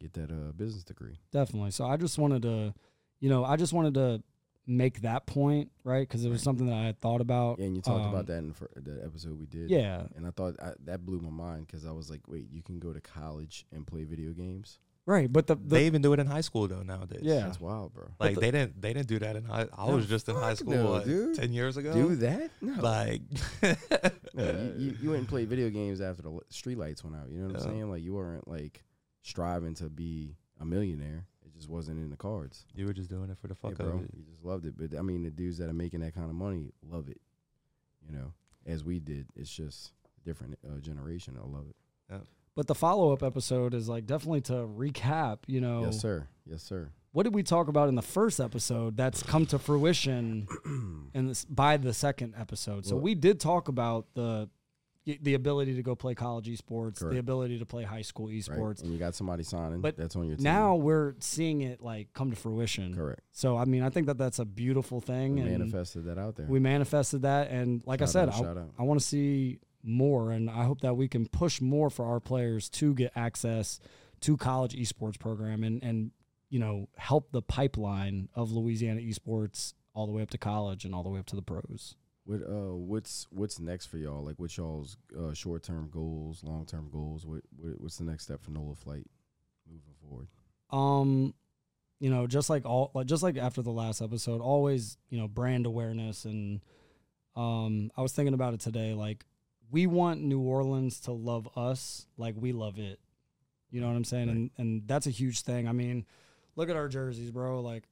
Speaker 1: get that uh, business degree.
Speaker 2: definitely so i just wanted to you know i just wanted to make that point, right? Because it was something that I had thought about.
Speaker 1: Yeah, and you talked
Speaker 2: Um,
Speaker 1: about that in fir- the episode we did.
Speaker 2: Yeah,
Speaker 1: And I thought I, that blew my mind because I was like, wait, you can go to college and play video games?
Speaker 2: right. But the, the
Speaker 3: they even do it in high school though nowadays.
Speaker 2: Yeah.
Speaker 1: That's wild, bro.
Speaker 3: Like they didn't they didn't do that in high. I
Speaker 1: No,
Speaker 3: was just in high
Speaker 1: fuck
Speaker 3: school
Speaker 1: no,
Speaker 3: what,
Speaker 1: dude.
Speaker 3: ten years ago.
Speaker 1: Do that? No.
Speaker 3: Like
Speaker 1: No, you, you, you wouldn't play video games after the street lights went out. You know what
Speaker 3: Yeah.
Speaker 1: I'm saying? Like you weren't like striving to be a millionaire. It just wasn't in the cards.
Speaker 3: you were just doing it for the
Speaker 1: Yeah,
Speaker 3: fuck
Speaker 1: bro,
Speaker 3: of it.
Speaker 1: you just loved it. But I mean, the dudes that are making that kind of money love it. You know, as we did. It's just a different uh, generation. I love it.
Speaker 2: but the follow up episode is like definitely to recap. You know,
Speaker 1: Yes, sir. Yes, sir.
Speaker 2: what did we talk about in the first episode that's come to fruition in this, by the second episode? So
Speaker 1: Well-
Speaker 2: we did talk about the the ability to go play college esports, the
Speaker 1: Correct.
Speaker 2: ability to play high school
Speaker 1: Right.
Speaker 2: esports.
Speaker 1: And you got somebody signing.
Speaker 2: But
Speaker 1: that's on your team.
Speaker 2: Now we're seeing it like come to fruition.
Speaker 1: correct.
Speaker 2: So I mean, I think that that's a beautiful thing.
Speaker 1: We
Speaker 2: and
Speaker 1: manifested that out there.
Speaker 2: we manifested that, and like I
Speaker 1: Shout
Speaker 2: said,
Speaker 1: out, shout
Speaker 2: I,
Speaker 1: out.
Speaker 2: I want to see more, and I hope that we can push more for our players to get access to college esports program, and and you know help the pipeline of Louisiana esports all the way up to college and all the way up to the pros.
Speaker 1: What uh, what's what's next for y'all? Like, what y'all's uh, short term goals, long term goals? What, what what's the next step for NOLA Flight moving forward?
Speaker 2: um you know just like all like just like after the last episode always you know brand awareness and um i was thinking about it today like we want new orleans to love us like we love it you know what i'm saying and and that's a huge thing i mean look at our jerseys bro like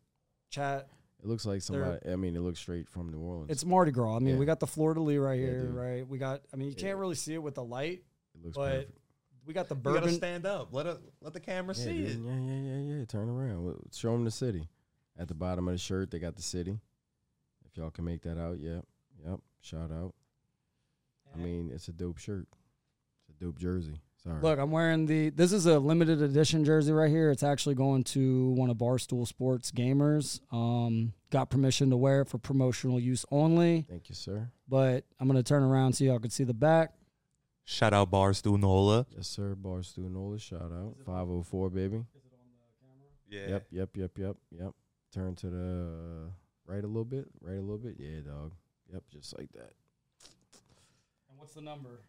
Speaker 2: chat
Speaker 1: It looks like somebody. I mean, it looks straight from New Orleans.
Speaker 2: it's mardi gras i mean
Speaker 1: Yeah.
Speaker 2: we got the florida lee right
Speaker 1: Yeah,
Speaker 2: here
Speaker 1: dude.
Speaker 2: right we got i mean you
Speaker 1: Yeah.
Speaker 2: can't really see it with the light
Speaker 1: it looks
Speaker 2: but
Speaker 1: perfect.
Speaker 2: we got the
Speaker 3: You gotta
Speaker 2: bourbon
Speaker 3: stand up. Let it, let the camera
Speaker 1: Yeah,
Speaker 3: see
Speaker 1: dude.
Speaker 3: it.
Speaker 1: yeah, yeah, yeah, yeah. Turn around. Well, Show them the city. At the bottom of the shirt, they got the city. If y'all can make that out, yep, yep. Shout out. I mean, it's a dope shirt. It's a dope jersey. Sorry.
Speaker 2: Look, I'm wearing the. This is a limited edition jersey right here. It's actually going to one of Barstool Sports gamers. Um, got permission to wear it for promotional use only,
Speaker 1: Thank you, sir.
Speaker 2: but I'm gonna turn around so y'all can see the back.
Speaker 3: Shout out Barstool Nola.
Speaker 1: Yes, sir. Barstool Nola. Shout out. Five oh four, baby.
Speaker 3: Yeah.
Speaker 1: Yep, yep, yep, yep, yep. Turn to the right a little bit, right a little bit. Yeah, dog. Yep, just like that.
Speaker 2: And what's the number?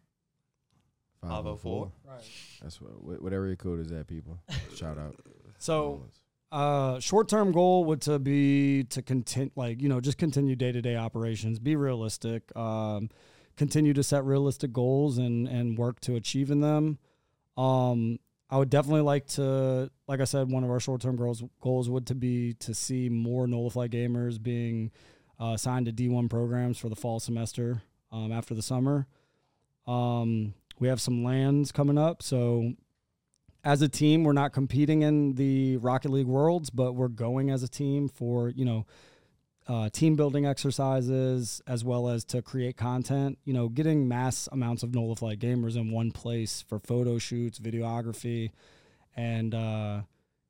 Speaker 1: 504.
Speaker 2: Right.
Speaker 1: That's what, wh- whatever your code is at, people. Shout out.
Speaker 2: So, uh, short-term goal would to be to content like you know just continue day-to-day operations, be realistic, um, continue to set realistic goals and and work to achieving them. Um, I would definitely like to, like I said, one of our short-term goals goals would to be to see more Nolafly gamers being uh, signed to D1 programs for the fall semester um, after the summer. Um, we have some lands coming up, so as a team, we're not competing in the Rocket League Worlds, but we're going as a team for you know uh, team building exercises as well as to create content. You know, getting mass amounts of Nola Flight gamers in one place for photo shoots, videography, and uh,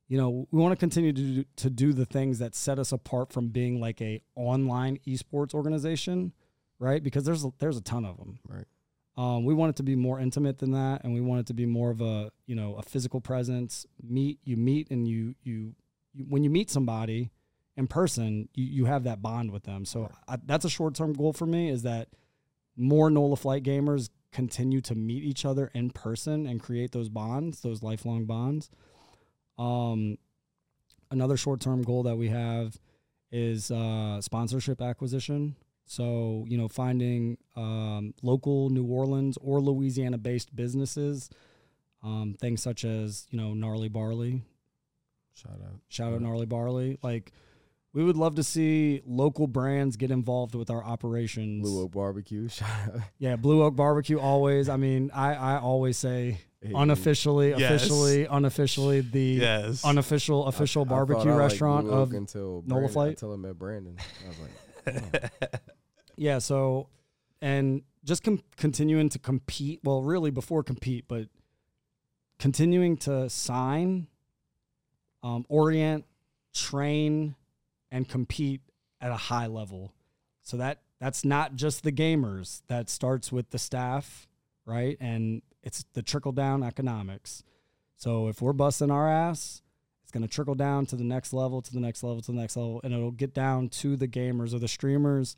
Speaker 2: you know we want to continue to do, to do the things that set us apart from being like a online esports organization, right? Because there's a- there's a ton of them.
Speaker 1: Right.
Speaker 2: Um, we want it to be more intimate than that, and we want it to be more of a you know a physical presence. Meet you meet and you you, you when you meet somebody in person, you, you have that bond with them. So I, that's a short term goal for me is that more NOLA flight gamers continue to meet each other in person and create those bonds, those lifelong bonds. Um, another short term goal that we have is uh, sponsorship acquisition. So, you know, finding um, local New Orleans or Louisiana based businesses, um, things such as, you know, Gnarly Barley,
Speaker 1: Shout out.
Speaker 2: Shout out Gnarly Barley. Like, we would love to see local brands get involved with our operations.
Speaker 1: Blue Oak Barbecue. Shout out.
Speaker 2: Yeah, Blue Oak Barbecue always. I mean, I, I always say
Speaker 1: Hey,
Speaker 2: unofficially,
Speaker 3: Yes.
Speaker 2: officially, unofficially, the
Speaker 3: Yes.
Speaker 2: unofficial,
Speaker 1: I-
Speaker 2: official
Speaker 1: I thought
Speaker 2: barbecue
Speaker 1: I liked
Speaker 2: restaurant
Speaker 1: Blue Oak
Speaker 2: of.
Speaker 1: until
Speaker 2: Nola
Speaker 1: Brandon,
Speaker 2: Flight.
Speaker 1: Until I met Brandon. I was like,
Speaker 2: Yeah, so, and just com- continuing to compete. Well, really before compete, but continuing to sign, um, orient, train, and compete at a high level. So that that's not just the gamers. That starts with the staff, right? And it's the trickle down economics. So if we're busting our ass, It's going to trickle down to the next level, to the next level, to the next level, and it'll get down to the gamers or the streamers.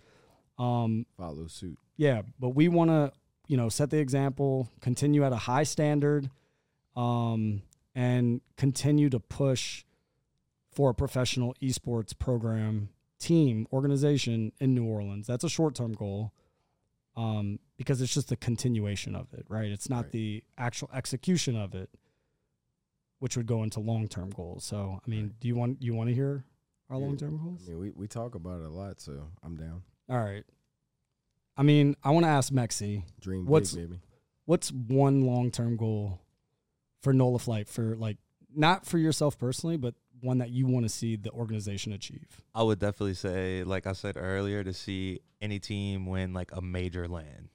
Speaker 2: Um,
Speaker 1: Follow suit.
Speaker 2: yeah, but we want to, you know, set the example, continue at a high standard, um, and continue to push for a professional esports program, team, organization in New Orleans. That's a short term goal um, because it's just the continuation of it, right? It's not
Speaker 1: Right.
Speaker 2: the actual execution of it, which would go into long term goals. So, I mean, do you want you want to hear our
Speaker 1: Yeah.
Speaker 2: long term goals?
Speaker 1: I mean, we, we talk about it a lot, so I'm down.
Speaker 2: All right. I mean, I want to ask Mexi.
Speaker 1: Dream
Speaker 2: What's-
Speaker 1: big, baby.
Speaker 2: what's one long term goal for NOLA Flight for like not for yourself personally, but one that you want to see the organization achieve?
Speaker 3: I would definitely say, like I said earlier, to see any team win like a major land,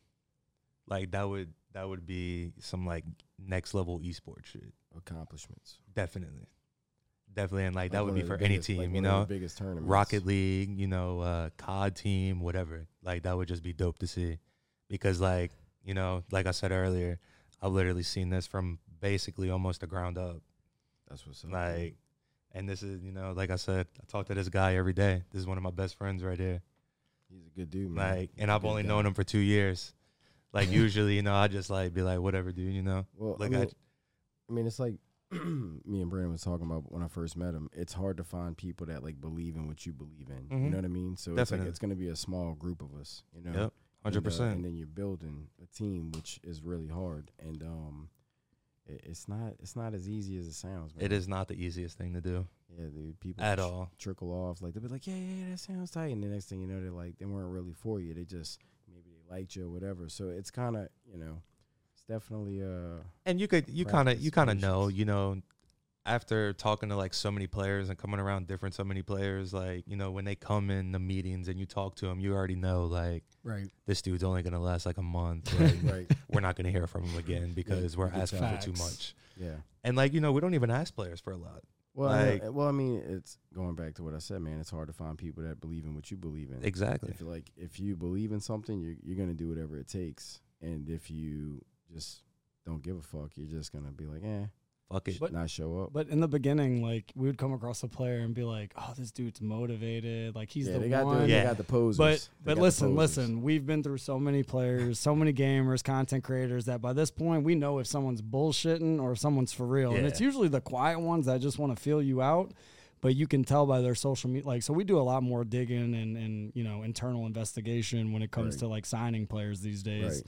Speaker 3: like that would that would be some like next level esports shit.
Speaker 1: Accomplishments.
Speaker 3: Definitely, definitely, and like that
Speaker 1: Like
Speaker 3: would
Speaker 1: one
Speaker 3: be
Speaker 1: of the
Speaker 3: for any
Speaker 1: biggest- like
Speaker 3: team, you
Speaker 1: one of
Speaker 3: know,
Speaker 1: the biggest tournaments.
Speaker 3: Rocket League, you know, uh, COD team, whatever. Like that would just be dope to see, because like you know, like I said earlier, I've literally seen this from basically almost the ground up.
Speaker 1: That's what's up.
Speaker 3: Like, and this is you know, like I said, I talk to this guy every day. This is one of my best friends right here.
Speaker 1: he's a good dude, man.
Speaker 3: Like, and I've
Speaker 1: Mm-hmm. Good
Speaker 3: only
Speaker 1: guy.
Speaker 3: known him for two years. Like,
Speaker 1: Yeah.
Speaker 3: usually, you know, I just like be like, whatever, dude, you know.
Speaker 1: well,
Speaker 3: Like,
Speaker 1: I, mean,
Speaker 3: I,
Speaker 1: I mean, it's like me and Brandon was talking about when I first met him. It's hard to find people that like believe in what you believe in. You
Speaker 3: Mhm.
Speaker 1: know what I mean? So it's like
Speaker 3: Definitely.
Speaker 1: it's going to be a small group of us. You know,
Speaker 3: Yep. hundred
Speaker 1: and, uh, And,
Speaker 3: percent.
Speaker 1: then you're building a team, which is really hard. And um, it, it's not it's not as easy as it sounds. Man.
Speaker 3: It is not the easiest thing to do
Speaker 1: Yeah, dude. People
Speaker 3: at
Speaker 1: tr-
Speaker 3: all.
Speaker 1: trickle off. Like they'll be like, yeah, yeah, yeah, that sounds tight. And the next thing you know, they're like, they weren't really for you. They just maybe they liked you or whatever. So it's kind of you know, it's definitely uh,
Speaker 3: And you could, you kind of,
Speaker 1: Practice
Speaker 3: you kind of know,
Speaker 1: solutions.
Speaker 3: you know, after talking to like so many players and coming around different so many players, like you know, when they come in the meetings and you talk to them, you already know like
Speaker 2: Right.
Speaker 3: this dude's only gonna last like a month. Like,
Speaker 1: right.
Speaker 3: we're not gonna hear from him again because we're
Speaker 1: you can
Speaker 3: asking for too
Speaker 2: tell.
Speaker 3: much.
Speaker 1: Yeah.
Speaker 3: And like you know, we don't even ask players for a lot.
Speaker 1: Well, I know-
Speaker 3: Like-
Speaker 1: well, I mean, it's going back to what I said, man. It's hard to find people that believe in what you believe in.
Speaker 3: Exactly.
Speaker 1: If like if you believe in something, you're you're gonna do whatever it takes. And if you just don't give a fuck, you're just gonna be like, eh,
Speaker 3: Fuck it.
Speaker 2: But-
Speaker 1: not show up.
Speaker 2: But in the beginning, like we would come across a player and be like, "Oh, this dude's motivated. Like he's
Speaker 1: yeah,
Speaker 2: the
Speaker 1: they got
Speaker 2: one."
Speaker 1: the, they
Speaker 3: Yeah.
Speaker 1: got the posers.
Speaker 2: But
Speaker 1: They got
Speaker 2: but
Speaker 1: the
Speaker 2: listen,
Speaker 1: posers.
Speaker 2: listen. We've been through so many players, so many gamers, content creators that by this point we know if someone's bullshitting or if someone's for real. And
Speaker 3: Yeah.
Speaker 2: it's usually the quiet ones that just want to feel you out, but you can tell by their social media. Like so, we do a lot more digging and and you know internal investigation when it comes
Speaker 1: Right.
Speaker 2: to like signing players these days.
Speaker 1: Right.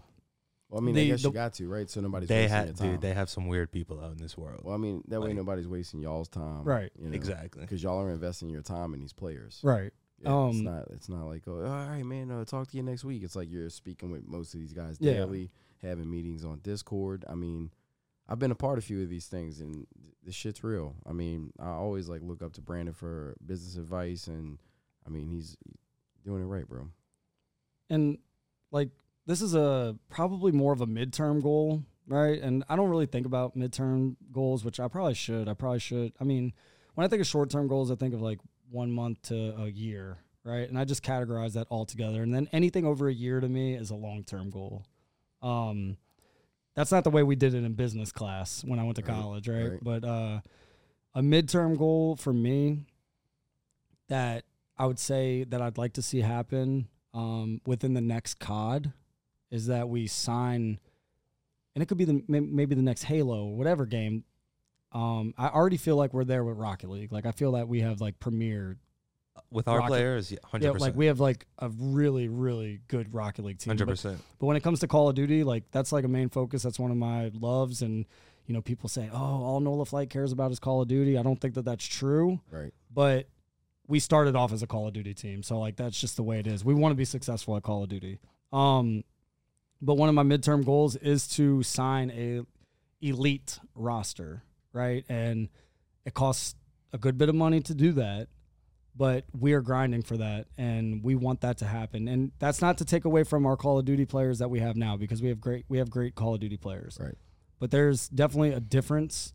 Speaker 1: Well, I mean, I
Speaker 2: The-
Speaker 1: guess you
Speaker 2: the-
Speaker 1: got to right. So nobody's
Speaker 3: they
Speaker 1: wasting
Speaker 3: have,
Speaker 1: your time.
Speaker 3: dude. They have some weird people out in this world.
Speaker 1: well, I mean, that way
Speaker 3: like-
Speaker 1: nobody's wasting y'all's time.
Speaker 2: Right.
Speaker 1: You know,
Speaker 3: Exactly.
Speaker 1: Because y'all are investing your time in these players.
Speaker 2: Right.
Speaker 1: Yeah, it's
Speaker 2: Um,
Speaker 1: not. It's not like, oh, all right, man. Uh, talk to you next week. It's like you're speaking with most of these guys
Speaker 2: Yeah.
Speaker 1: daily, having meetings on Discord. I mean, I've been a part of a few of these things, and th- this shit's real. I mean, I always like look up to Brandon for business advice, and I mean, he's doing it right, bro.
Speaker 2: and like this is a probably more of a midterm goal, right? And I don't really think about midterm goals, which I probably should. I probably should. I mean, when I think of short term goals, I think of like one month to a year, right? And I just categorize that all together. And then anything over a year to me is a long term goal. Um, that's not the way we did it in business class when I went to
Speaker 1: Right,
Speaker 2: college, right?
Speaker 1: right.
Speaker 2: But uh, a midterm goal for me that I would say that I'd like to see happen um, within the next COD is that we sign, and it could be the may- maybe the next Halo or whatever game. Um, I already feel like we're there with Rocket League. Like I feel that we have like premier,
Speaker 3: With our
Speaker 2: Rocket-
Speaker 3: players, yeah,
Speaker 2: yeah,
Speaker 3: hundred
Speaker 2: like
Speaker 3: percent.
Speaker 2: we have like a really really good Rocket League team.
Speaker 3: Hundred
Speaker 2: But
Speaker 3: percent.
Speaker 2: but when it comes to Call of Duty, like that's like a main focus. That's one of my loves. And you know, people say, "Oh, all Nola Flight cares about is Call of Duty." I don't think that that's true.
Speaker 1: Right.
Speaker 2: But we started off as a Call of Duty team, so like that's just the way it is. We want to be successful at Call of Duty. Um, but one of my midterm goals is to sign a elite roster, right? And it costs a good bit of money to do that but we are grinding for that and we want that to happen and that's not to take away from our call of duty players that we have now because we have great we have great call of duty players
Speaker 1: Right.
Speaker 2: but there's definitely a difference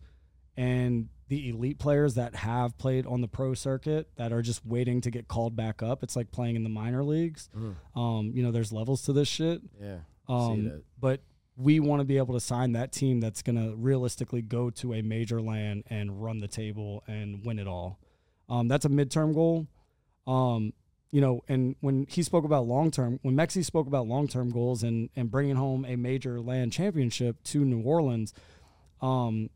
Speaker 2: and the elite players that have played on the pro circuit that are just waiting to get called back up it's like playing in the minor leagues um, you know there's levels to this shit
Speaker 1: Yeah. Mm. See
Speaker 2: um,
Speaker 1: that.
Speaker 2: but we want to be able to sign that team that's going to realistically go to a major land and run the table and win it all. Um, that's a midterm goal. Um, you know, and when he spoke about long term, when Mexi spoke about long term goals and and bringing home a major land championship to New Orleans, um,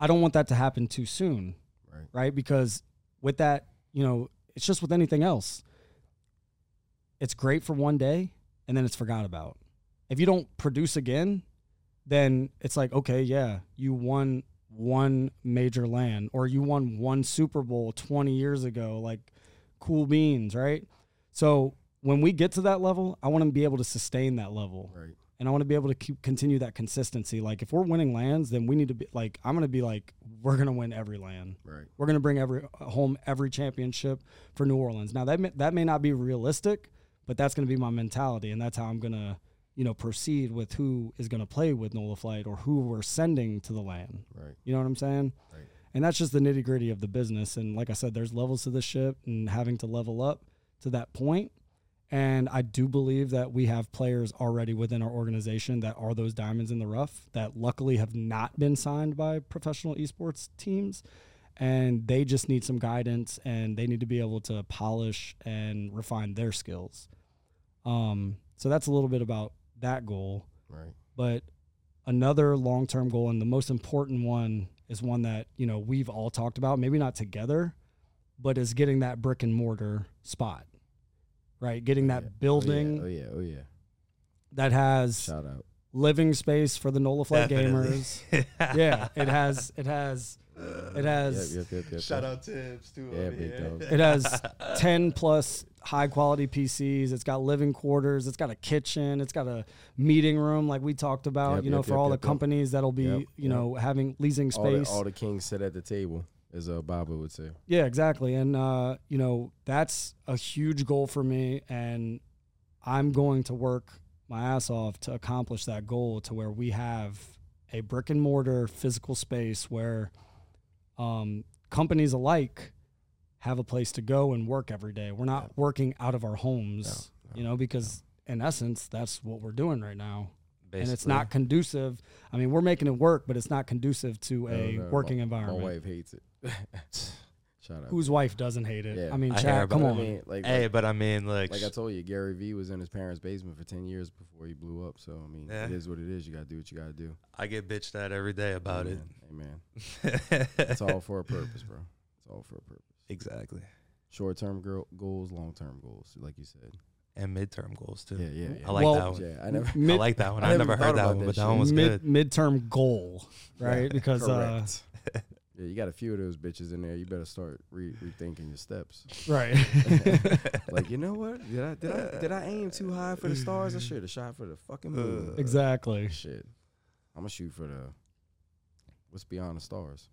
Speaker 2: I don't want that to happen too soon,
Speaker 1: Right.
Speaker 2: right? Because with that, you know, it's just with anything else. It's great for one day, and then it's forgot about. If you don't produce again, then it's like, okay, yeah, you won one major land or you won one Super Bowl 20 years ago. Like, cool beans, right? So when we get to that level, I want to be able to sustain that level
Speaker 1: Right.
Speaker 2: and I want to be able to keep continue that consistency. Like if we're winning lands, then we need to be like I'm going to be like we're going to win every land.
Speaker 1: Right.
Speaker 2: We're going to bring every uh, home every championship for New Orleans. Now that may, that may not be realistic, but that's going to be my mentality, and that's how I'm going to you know proceed with who is going to play with Nola Flight or who we're sending to the land.
Speaker 1: Right.
Speaker 2: You know what I'm saying?
Speaker 1: Right.
Speaker 2: And that's just the nitty gritty of the business. And like I said, there's levels to this ship and having to level up to that point. And I do believe that we have players already within our organization that are those diamonds in the rough that luckily have not been signed by professional esports teams. And they just need some guidance and they need to be able to polish and refine their skills. Um, so that's a little bit about that goal
Speaker 1: Right.
Speaker 2: but another long-term goal and the most important one is one that you know we've all talked about maybe not together but is getting that brick and mortar spot right getting that
Speaker 1: Yeah.
Speaker 2: building
Speaker 1: Oh yeah. Oh yeah. Oh, yeah.
Speaker 2: that has
Speaker 1: Shout out.
Speaker 2: living space for the nola flight
Speaker 3: Definitely.
Speaker 2: gamers yeah it has it has it has
Speaker 1: Yep, yep, yep, yep,
Speaker 3: Shout
Speaker 1: yep.
Speaker 3: out Tibbs too.
Speaker 1: Uh, Yeah,
Speaker 3: over
Speaker 1: big
Speaker 3: here.
Speaker 1: dog.
Speaker 2: it has 10 plus high quality PCs. It's got living quarters. It's got a kitchen. It's got a meeting room, like we talked about,
Speaker 1: Yep,
Speaker 2: you know,
Speaker 1: yep,
Speaker 2: for
Speaker 1: yep,
Speaker 2: all
Speaker 1: yep,
Speaker 2: the
Speaker 1: yep.
Speaker 2: companies that'll be,
Speaker 1: Yep,
Speaker 2: you
Speaker 1: yep.
Speaker 2: know, having leasing
Speaker 1: All the,
Speaker 2: space.
Speaker 1: all the kings sit at the table, as uh, Baba would say.
Speaker 2: Yeah, exactly. And uh, you know, that's a huge goal for me and I'm going to work my ass off to accomplish that goal to where we have a brick and mortar physical space where um, companies alike have a place to go and work every day. We're not working out of our homes,
Speaker 1: No, no,
Speaker 2: you know, because in essence, that's what we're doing right now. And it's
Speaker 3: Basically.
Speaker 2: not conducive. I mean, we're making it work, but it's not conducive to
Speaker 1: No,
Speaker 2: a
Speaker 1: no, my-
Speaker 2: working
Speaker 1: My
Speaker 2: environment.
Speaker 1: wife hates it. Shout out.
Speaker 2: Whose wife doesn't hate it?
Speaker 1: Yeah.
Speaker 2: I mean,
Speaker 3: I hear
Speaker 2: Chad,
Speaker 3: about
Speaker 2: come
Speaker 3: it.
Speaker 1: I
Speaker 2: on.
Speaker 1: mean, like,
Speaker 3: Hey, but I mean, like,
Speaker 1: like I told you, Gary Vee was in his parents' basement for ten years before he blew up. So I mean,
Speaker 3: Yeah.
Speaker 1: it is what it is. You gotta do what you gotta do.
Speaker 3: I get bitched at every day about
Speaker 1: Amen.
Speaker 3: it.
Speaker 1: Amen. It's all for a purpose, bro. It's all for a purpose.
Speaker 3: exactly.
Speaker 1: Short term goals, long term goals, like you said.
Speaker 3: And midterm goals too.
Speaker 1: Yeah, yeah, yeah.
Speaker 3: I like
Speaker 2: Well-
Speaker 3: that one.
Speaker 1: yeah, I never.
Speaker 3: I
Speaker 2: Mid-
Speaker 3: like that one.
Speaker 1: I
Speaker 3: I,
Speaker 1: never
Speaker 3: never
Speaker 1: thought
Speaker 3: heard that
Speaker 1: about
Speaker 3: one,
Speaker 1: that
Speaker 3: but that
Speaker 1: shit.
Speaker 3: one was
Speaker 2: mid-
Speaker 3: good.
Speaker 2: midterm goal, right? because uh,
Speaker 1: Correct. yeah, you got a few of those bitches in there. You better start re- rethinking your steps.
Speaker 2: right,
Speaker 1: like, you know what? Did I did I did I aim too high for the stars? I should have shot for the fucking
Speaker 3: Uh,
Speaker 1: moon.
Speaker 2: exactly.
Speaker 1: Shit, I'm gonna shoot for the what's beyond the stars.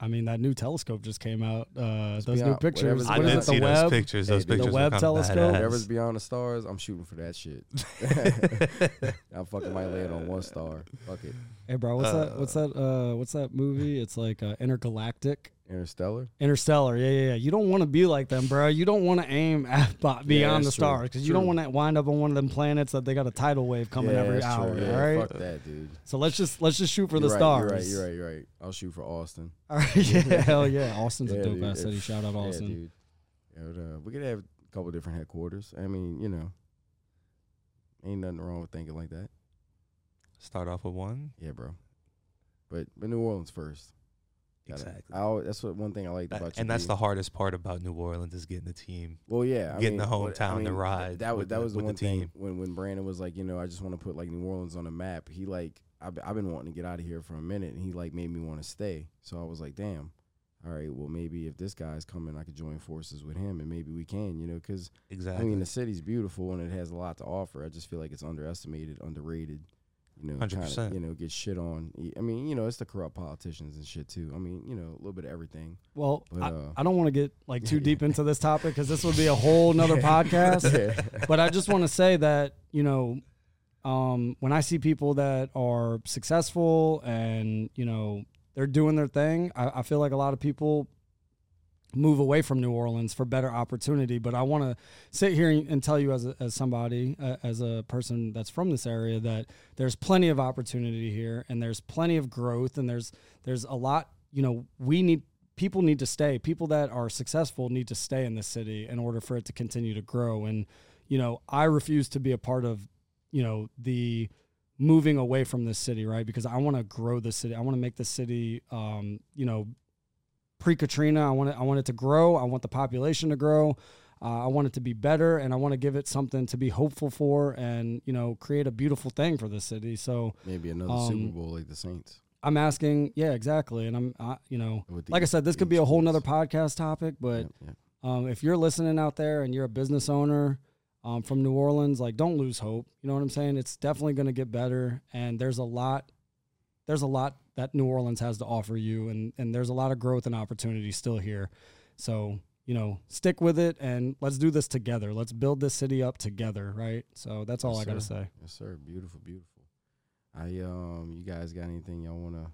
Speaker 2: I mean, that new telescope just came out. Uh, those
Speaker 1: beyond-
Speaker 2: new pictures.
Speaker 1: whatever's
Speaker 3: I
Speaker 2: what is
Speaker 3: did
Speaker 2: it? The
Speaker 3: see
Speaker 2: web.
Speaker 3: those pictures.
Speaker 1: Hey,
Speaker 3: Those
Speaker 1: dude, the
Speaker 3: pictures. were
Speaker 2: web
Speaker 3: kinda
Speaker 2: telescope?
Speaker 3: badass.
Speaker 1: Whatever's beyond the stars, I'm shooting for that shit. I fucking might land on one star. Fuck it.
Speaker 2: Hey, bro, what's that? What's that? Uh, what's that movie? It's like uh, intergalactic.
Speaker 1: Interstellar.
Speaker 2: Interstellar, yeah, yeah, yeah. You don't want to be like them, bro. You don't want to aim at bo- beyond the
Speaker 1: that's true.
Speaker 2: stars because you don't
Speaker 1: True.
Speaker 2: want to wind up on one of them planets that they got a tidal wave coming every
Speaker 1: that's true.
Speaker 2: hour.
Speaker 1: Yeah,
Speaker 2: All right,
Speaker 1: Fuck that, dude.
Speaker 2: so let's just let's just shoot for the
Speaker 1: You're right,
Speaker 2: stars.
Speaker 1: You're right. You're right. You're right. I'll shoot for Austin.
Speaker 2: All right, yeah, hell yeah. Austin's
Speaker 1: Yeah,
Speaker 2: a dope
Speaker 1: dude.
Speaker 2: ass
Speaker 1: Yeah,
Speaker 2: city. Shout out
Speaker 1: yeah,
Speaker 2: Austin.
Speaker 1: dude. Yeah, but, uh, we could have a couple different headquarters. I mean, you know, ain't nothing wrong with thinking like that.
Speaker 3: Start off with one.
Speaker 1: Yeah, bro. But but New Orleans first. Gotta-
Speaker 3: Exactly.
Speaker 1: I always, that's what one thing I liked
Speaker 3: That-
Speaker 1: about you.
Speaker 3: and that's
Speaker 1: being-
Speaker 3: the hardest part about New Orleans is getting the team.
Speaker 1: Well, yeah, I
Speaker 3: Getting the
Speaker 1: mean, what-
Speaker 3: hometown
Speaker 1: I
Speaker 3: to
Speaker 1: mean, th-
Speaker 3: ride
Speaker 1: That was
Speaker 3: with
Speaker 1: that
Speaker 3: the-
Speaker 1: was the
Speaker 3: with the
Speaker 1: one thing
Speaker 3: team.
Speaker 1: when when Brandon was like, you know, I just want to put like New Orleans on the map. He like, I've, I've been wanting to get out of here for a minute, and he like made me want to stay. So I was like, damn, all right, well maybe if this guy's coming, I could join forces with him, and maybe we can, you know, because I
Speaker 3: Exactly.
Speaker 1: mean the city's beautiful and it has a lot to offer. I just feel like it's underestimated, underrated. You know, kind
Speaker 3: 100%.
Speaker 1: you know, get shit on. I mean, you know, it's the corrupt politicians and shit too. I mean, you know, a little bit of everything.
Speaker 2: Well,
Speaker 1: But,
Speaker 2: I,
Speaker 1: uh,
Speaker 2: I don't want to get like too deep into this topic because this would be a whole nother podcast. But I just want to say that you know, um, when I see people that are successful and you know they're doing their thing, I, I feel like a lot of people move away from New Orleans for better opportunity. But I want to sit here and tell you, as, a, as somebody, uh, as a person that's from this area, that there's plenty of opportunity here, and there's plenty of growth, and there's there's a lot. You know, we need people need to stay. People that are successful need to stay in this city in order for it to continue to grow. And you know, I refuse to be a part of you know the moving away from this city, right? Because I want to grow the city. I want to make the city, um, you know, pre Katrina. I want it, I want it to grow. I want the population to grow. Uh, I want it to be better, and I want to give it something to be hopeful for, and you know, create a beautiful thing for the city. So
Speaker 1: Maybe another
Speaker 2: Um,
Speaker 1: Super Bowl like the Saints.
Speaker 2: I'm asking, yeah, exactly, and I'm, I, you know,
Speaker 1: with the
Speaker 2: like I said, this could be a whole nother
Speaker 1: Eagles.
Speaker 2: podcast topic, but
Speaker 1: Yep, yep.
Speaker 2: um, if you're listening out there and you're a business owner um, from New Orleans, like don't lose hope. You know what I'm saying? It's definitely going to get better, and there's a lot, there's a lot that New Orleans has to offer you, and and there's a lot of growth and opportunity still here. So you know, stick with it, and let's do this together. Let's build this city up together, right? So that's all
Speaker 1: Yes,
Speaker 2: I got to
Speaker 1: sir.
Speaker 2: say.
Speaker 1: Yes, sir. Beautiful, beautiful. I um, you guys got anything y'all want to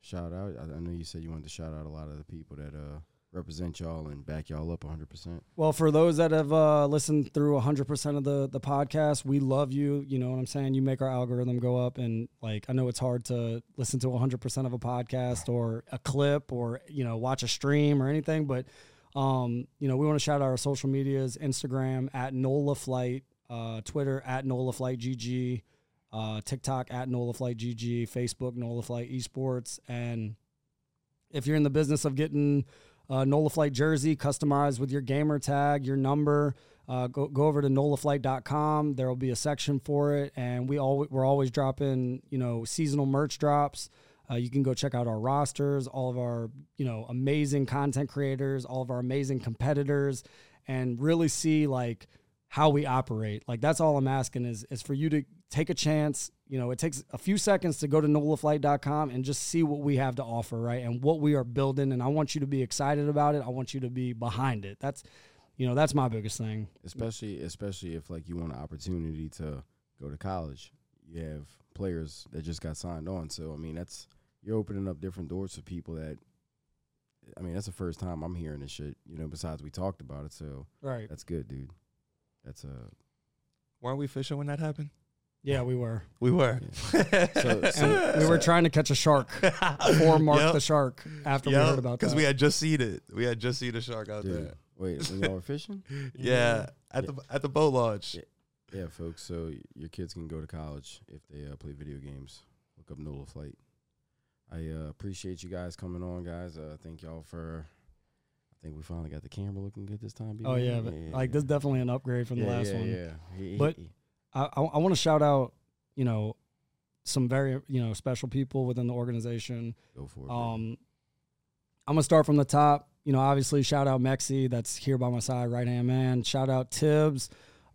Speaker 1: shout out? I, I know you said you wanted to shout out a lot of the people that uh represent y'all and back y'all up 100. percent
Speaker 2: Well, for those that have uh, listened through 100% of the, the podcast, we love you. You know what I'm saying? You make our algorithm go up. And, like, I know it's hard to listen to 100% of a podcast or a clip or, you know, watch a stream or anything. But, um, you know, we want to shout out our social medias Instagram at NOLA Flight, uh, Twitter at NOLA Flight GG, uh, TikTok at NOLA Flight GG, Facebook NOLA Flight Esports. And if you're in the business of getting uh, NOLA Flight jersey customized with your gamer tag, your number. Uh, go, go over to nolaflight.com. There will be a section for it, and we all we're always dropping you know seasonal merch drops. Uh, you can go check out our rosters, all of our you know amazing content creators, all of our amazing competitors, and really see like how we operate. Like that's all I'm asking is is for you to take a chance. You know, it takes a few seconds to go to nolaflight.com and just see what we have to offer, right? And what we are building. And I want you to be excited about it. I want you to be behind it. That's you know, that's my biggest thing.
Speaker 1: Especially, especially if like you want an opportunity to go to college, you have players that just got signed on. So I mean, that's you're opening up different doors for people that. I mean, that's the first time I'm hearing this shit. You know, besides we talked about it, so
Speaker 2: Right.
Speaker 1: that's good, dude. That's uh, a
Speaker 3: Weren't we fishing when that happened?
Speaker 2: Yeah, we were.
Speaker 3: We were.
Speaker 1: So- so-
Speaker 2: And we were trying to catch a shark or mark
Speaker 3: Yep.
Speaker 2: the shark after we heard about
Speaker 3: because
Speaker 2: that.
Speaker 3: we had just seen it. We had just seen a shark out
Speaker 1: dude. Wait, when y'all were fishing?
Speaker 3: there. Yeah, at the at the boat launch.
Speaker 1: Yeah. Yeah, folks. So y- your kids can go to college if they uh, play video games. Look up NOLA Flight. I uh, appreciate you guys coming on, guys. Uh, thank y'all for. I think we finally got the camera looking good this time.
Speaker 2: oh
Speaker 1: B-Man.
Speaker 2: yeah, but like this is definitely an upgrade from
Speaker 1: yeah,
Speaker 2: the last
Speaker 1: yeah,
Speaker 2: one.
Speaker 1: Yeah, He- he-
Speaker 2: But-
Speaker 1: he-
Speaker 2: I, I, I want to shout out, you know, some very you know special people within the organization.
Speaker 1: go for it. bro.
Speaker 2: Um, I'm gonna start from the top. You know, obviously, shout out Mexi, that's here by my side, right hand man. Shout out Tibbs,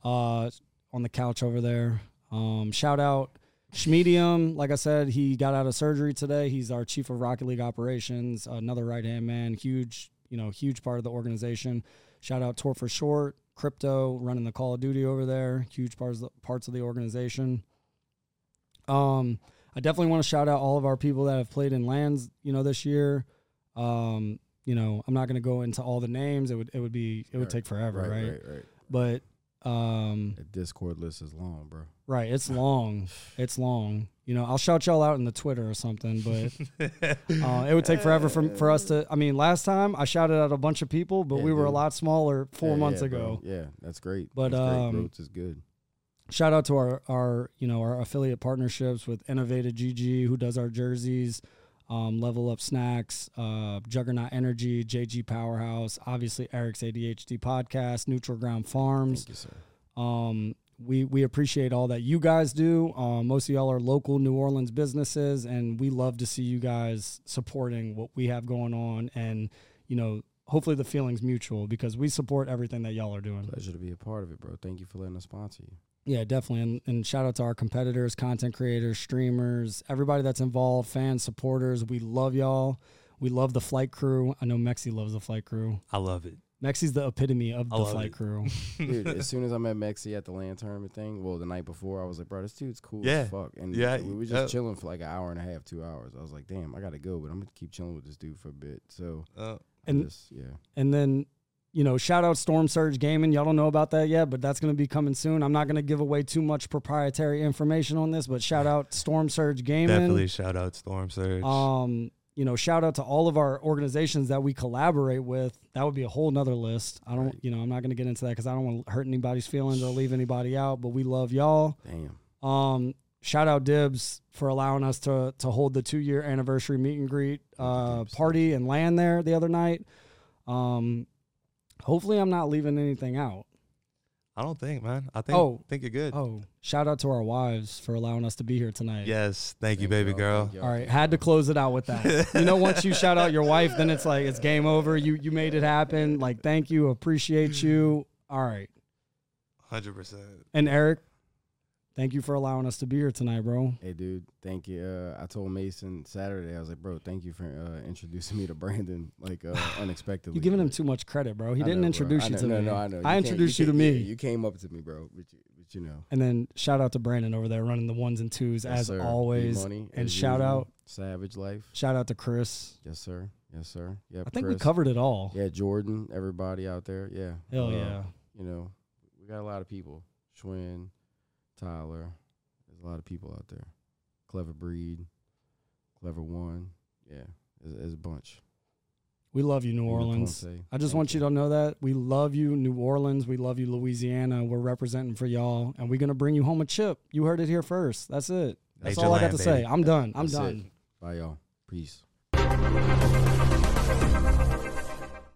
Speaker 2: uh, on the couch over there. Um, shout out Schmedium. Like I said, he got out of surgery today. He's our chief of Rocket League operations, another right hand man, huge, you know, huge part of the organization. Shout out Tor for short, crypto running the Call of Duty over there, huge parts parts of the organization. Um, I definitely want to shout out all of our people that have played in lands, you know, this year. Um, you know, I'm not going to go into all the names. It would it would be it would
Speaker 1: Right,
Speaker 2: take forever, right?
Speaker 1: right, right, right.
Speaker 2: But um,
Speaker 1: That Discord list is long, bro.
Speaker 2: right, it's long. It's long. You know, I'll shout y'all out in the Twitter or something, but uh, it would take forever for for us to. I mean, last time I shouted out a bunch of people, but
Speaker 1: Yeah,
Speaker 2: we were a
Speaker 1: dude.
Speaker 2: lot smaller four
Speaker 1: Yeah,
Speaker 2: months
Speaker 1: yeah,
Speaker 2: ago.
Speaker 1: bro. Yeah, that's great.
Speaker 2: But,
Speaker 1: that's
Speaker 2: um,
Speaker 1: great. Growth is good.
Speaker 2: shout out to our our you know our affiliate partnerships with Innovative GG, who does our jerseys, um, Level Up Snacks, uh, Juggernaut Energy, JG Powerhouse, obviously Eric's ADHD podcast, Neutral Ground Farms.
Speaker 1: Thank you, sir.
Speaker 2: Um, we we appreciate all that you guys do. Um, most of y'all are local New Orleans businesses, and we love to see you guys supporting what we have going on. And you know, hopefully the feelings mutual because we support everything that y'all are doing.
Speaker 1: Pleasure to be a part of it, bro. Thank you for letting us sponsor you.
Speaker 2: Yeah, definitely. And, and shout out to our competitors, content creators, streamers, everybody that's involved, fans, supporters. We love y'all. We love the flight crew. I know Mexi loves the flight crew.
Speaker 3: I love it.
Speaker 2: Mexi's the epitome of
Speaker 3: I
Speaker 2: the
Speaker 3: love
Speaker 2: flight
Speaker 3: it.
Speaker 2: crew.
Speaker 1: Dude, as soon as I met Mexi at the land tournament thing, well, the night before, I was like, bro, this dude's cool
Speaker 3: Yeah.
Speaker 1: as fuck. And
Speaker 3: Yeah,
Speaker 1: we were just
Speaker 3: yeah.
Speaker 1: chilling for like an hour and a half, two hours. I was like, damn, I gotta go, but I'm gonna keep chilling with this dude for a bit. So
Speaker 3: Uh,
Speaker 1: I
Speaker 2: And-
Speaker 1: just, yeah,
Speaker 2: And then, you know, shout out Storm Surge Gaming. Y'all don't know about that yet, but that's going to be coming soon. I'm not going to give away too much proprietary information on this, but shout out Storm Surge Gaming.
Speaker 3: definitely shout out Storm Surge.
Speaker 2: Um, you know, shout out to all of our organizations that we collaborate with. That would be a whole nother list. I don't, you know, I'm not going to get into that because I don't want to hurt anybody's feelings or leave anybody out. But we love y'all.
Speaker 1: damn.
Speaker 2: Um, shout out Dibs for allowing us to to hold the two year anniversary meet and greet uh,
Speaker 1: Dibs.
Speaker 2: party and land there the other night. Um, hopefully, I'm not leaving anything out.
Speaker 3: I don't think, man. I think
Speaker 2: Oh.
Speaker 3: think you're good.
Speaker 2: Oh, shout out to our wives for allowing us to be here tonight.
Speaker 3: Yes, thank you,
Speaker 1: Thank
Speaker 3: baby
Speaker 1: y'all,
Speaker 3: girl.
Speaker 1: thank y'all,
Speaker 2: All right,
Speaker 1: thank
Speaker 2: had to close it out with that. you know, once you shout out your wife, then it's like it's game over. You you made it happen. Like, thank you, appreciate you. All right,
Speaker 3: Hundred percent.
Speaker 2: and Eric, thank you for allowing us to be here tonight, bro.
Speaker 1: Hey, dude, thank you. Uh, I told Mason Saturday, I was like, bro, thank you for uh, introducing me to Brandon, like uh, unexpectedly.
Speaker 2: You're giving him too much credit, bro. He
Speaker 1: I
Speaker 2: didn't
Speaker 1: know, bro.
Speaker 2: introduce
Speaker 1: I
Speaker 2: you
Speaker 1: know-
Speaker 2: to
Speaker 1: no,
Speaker 2: me.
Speaker 1: No, I know. You
Speaker 2: I
Speaker 1: can't-
Speaker 2: introduced
Speaker 1: you,
Speaker 2: you to
Speaker 1: can't-
Speaker 2: me.
Speaker 1: yeah, you came up to me, bro, but you, but you know.
Speaker 2: And then shout out to Brandon over there running the ones and twos
Speaker 1: Yes,
Speaker 2: as
Speaker 1: sir.
Speaker 2: always.
Speaker 1: E-Money,
Speaker 2: and
Speaker 1: as
Speaker 2: shout
Speaker 1: usual.
Speaker 2: out-
Speaker 1: Savage Life.
Speaker 2: Shout out to Chris.
Speaker 1: Yes, sir. Yes, sir. Yeah,
Speaker 2: I think we
Speaker 1: Chris.
Speaker 2: covered it all.
Speaker 1: Yeah, Jordan, everybody out there. Yeah.
Speaker 2: Hell
Speaker 1: Uh,
Speaker 2: yeah.
Speaker 1: You know, we got a lot of people. Schwinn, Tyler. There's a lot of people out there. Clever Breed, Clever One. Yeah, there's, there's a bunch.
Speaker 2: We love you, New
Speaker 1: You know what I'm
Speaker 2: Orleans.
Speaker 1: saying?
Speaker 2: I just
Speaker 1: Thank
Speaker 2: want you to know that we love you, New Orleans. We love you, Louisiana. We're representing for y'all, and we're gonna bring you home a chip. You heard it here first. That's it. That's
Speaker 3: Major
Speaker 2: all I got
Speaker 3: land,
Speaker 2: to
Speaker 3: baby.
Speaker 2: say. I'm done. I'm
Speaker 1: That's
Speaker 2: done.
Speaker 1: Bye, y'all. Peace.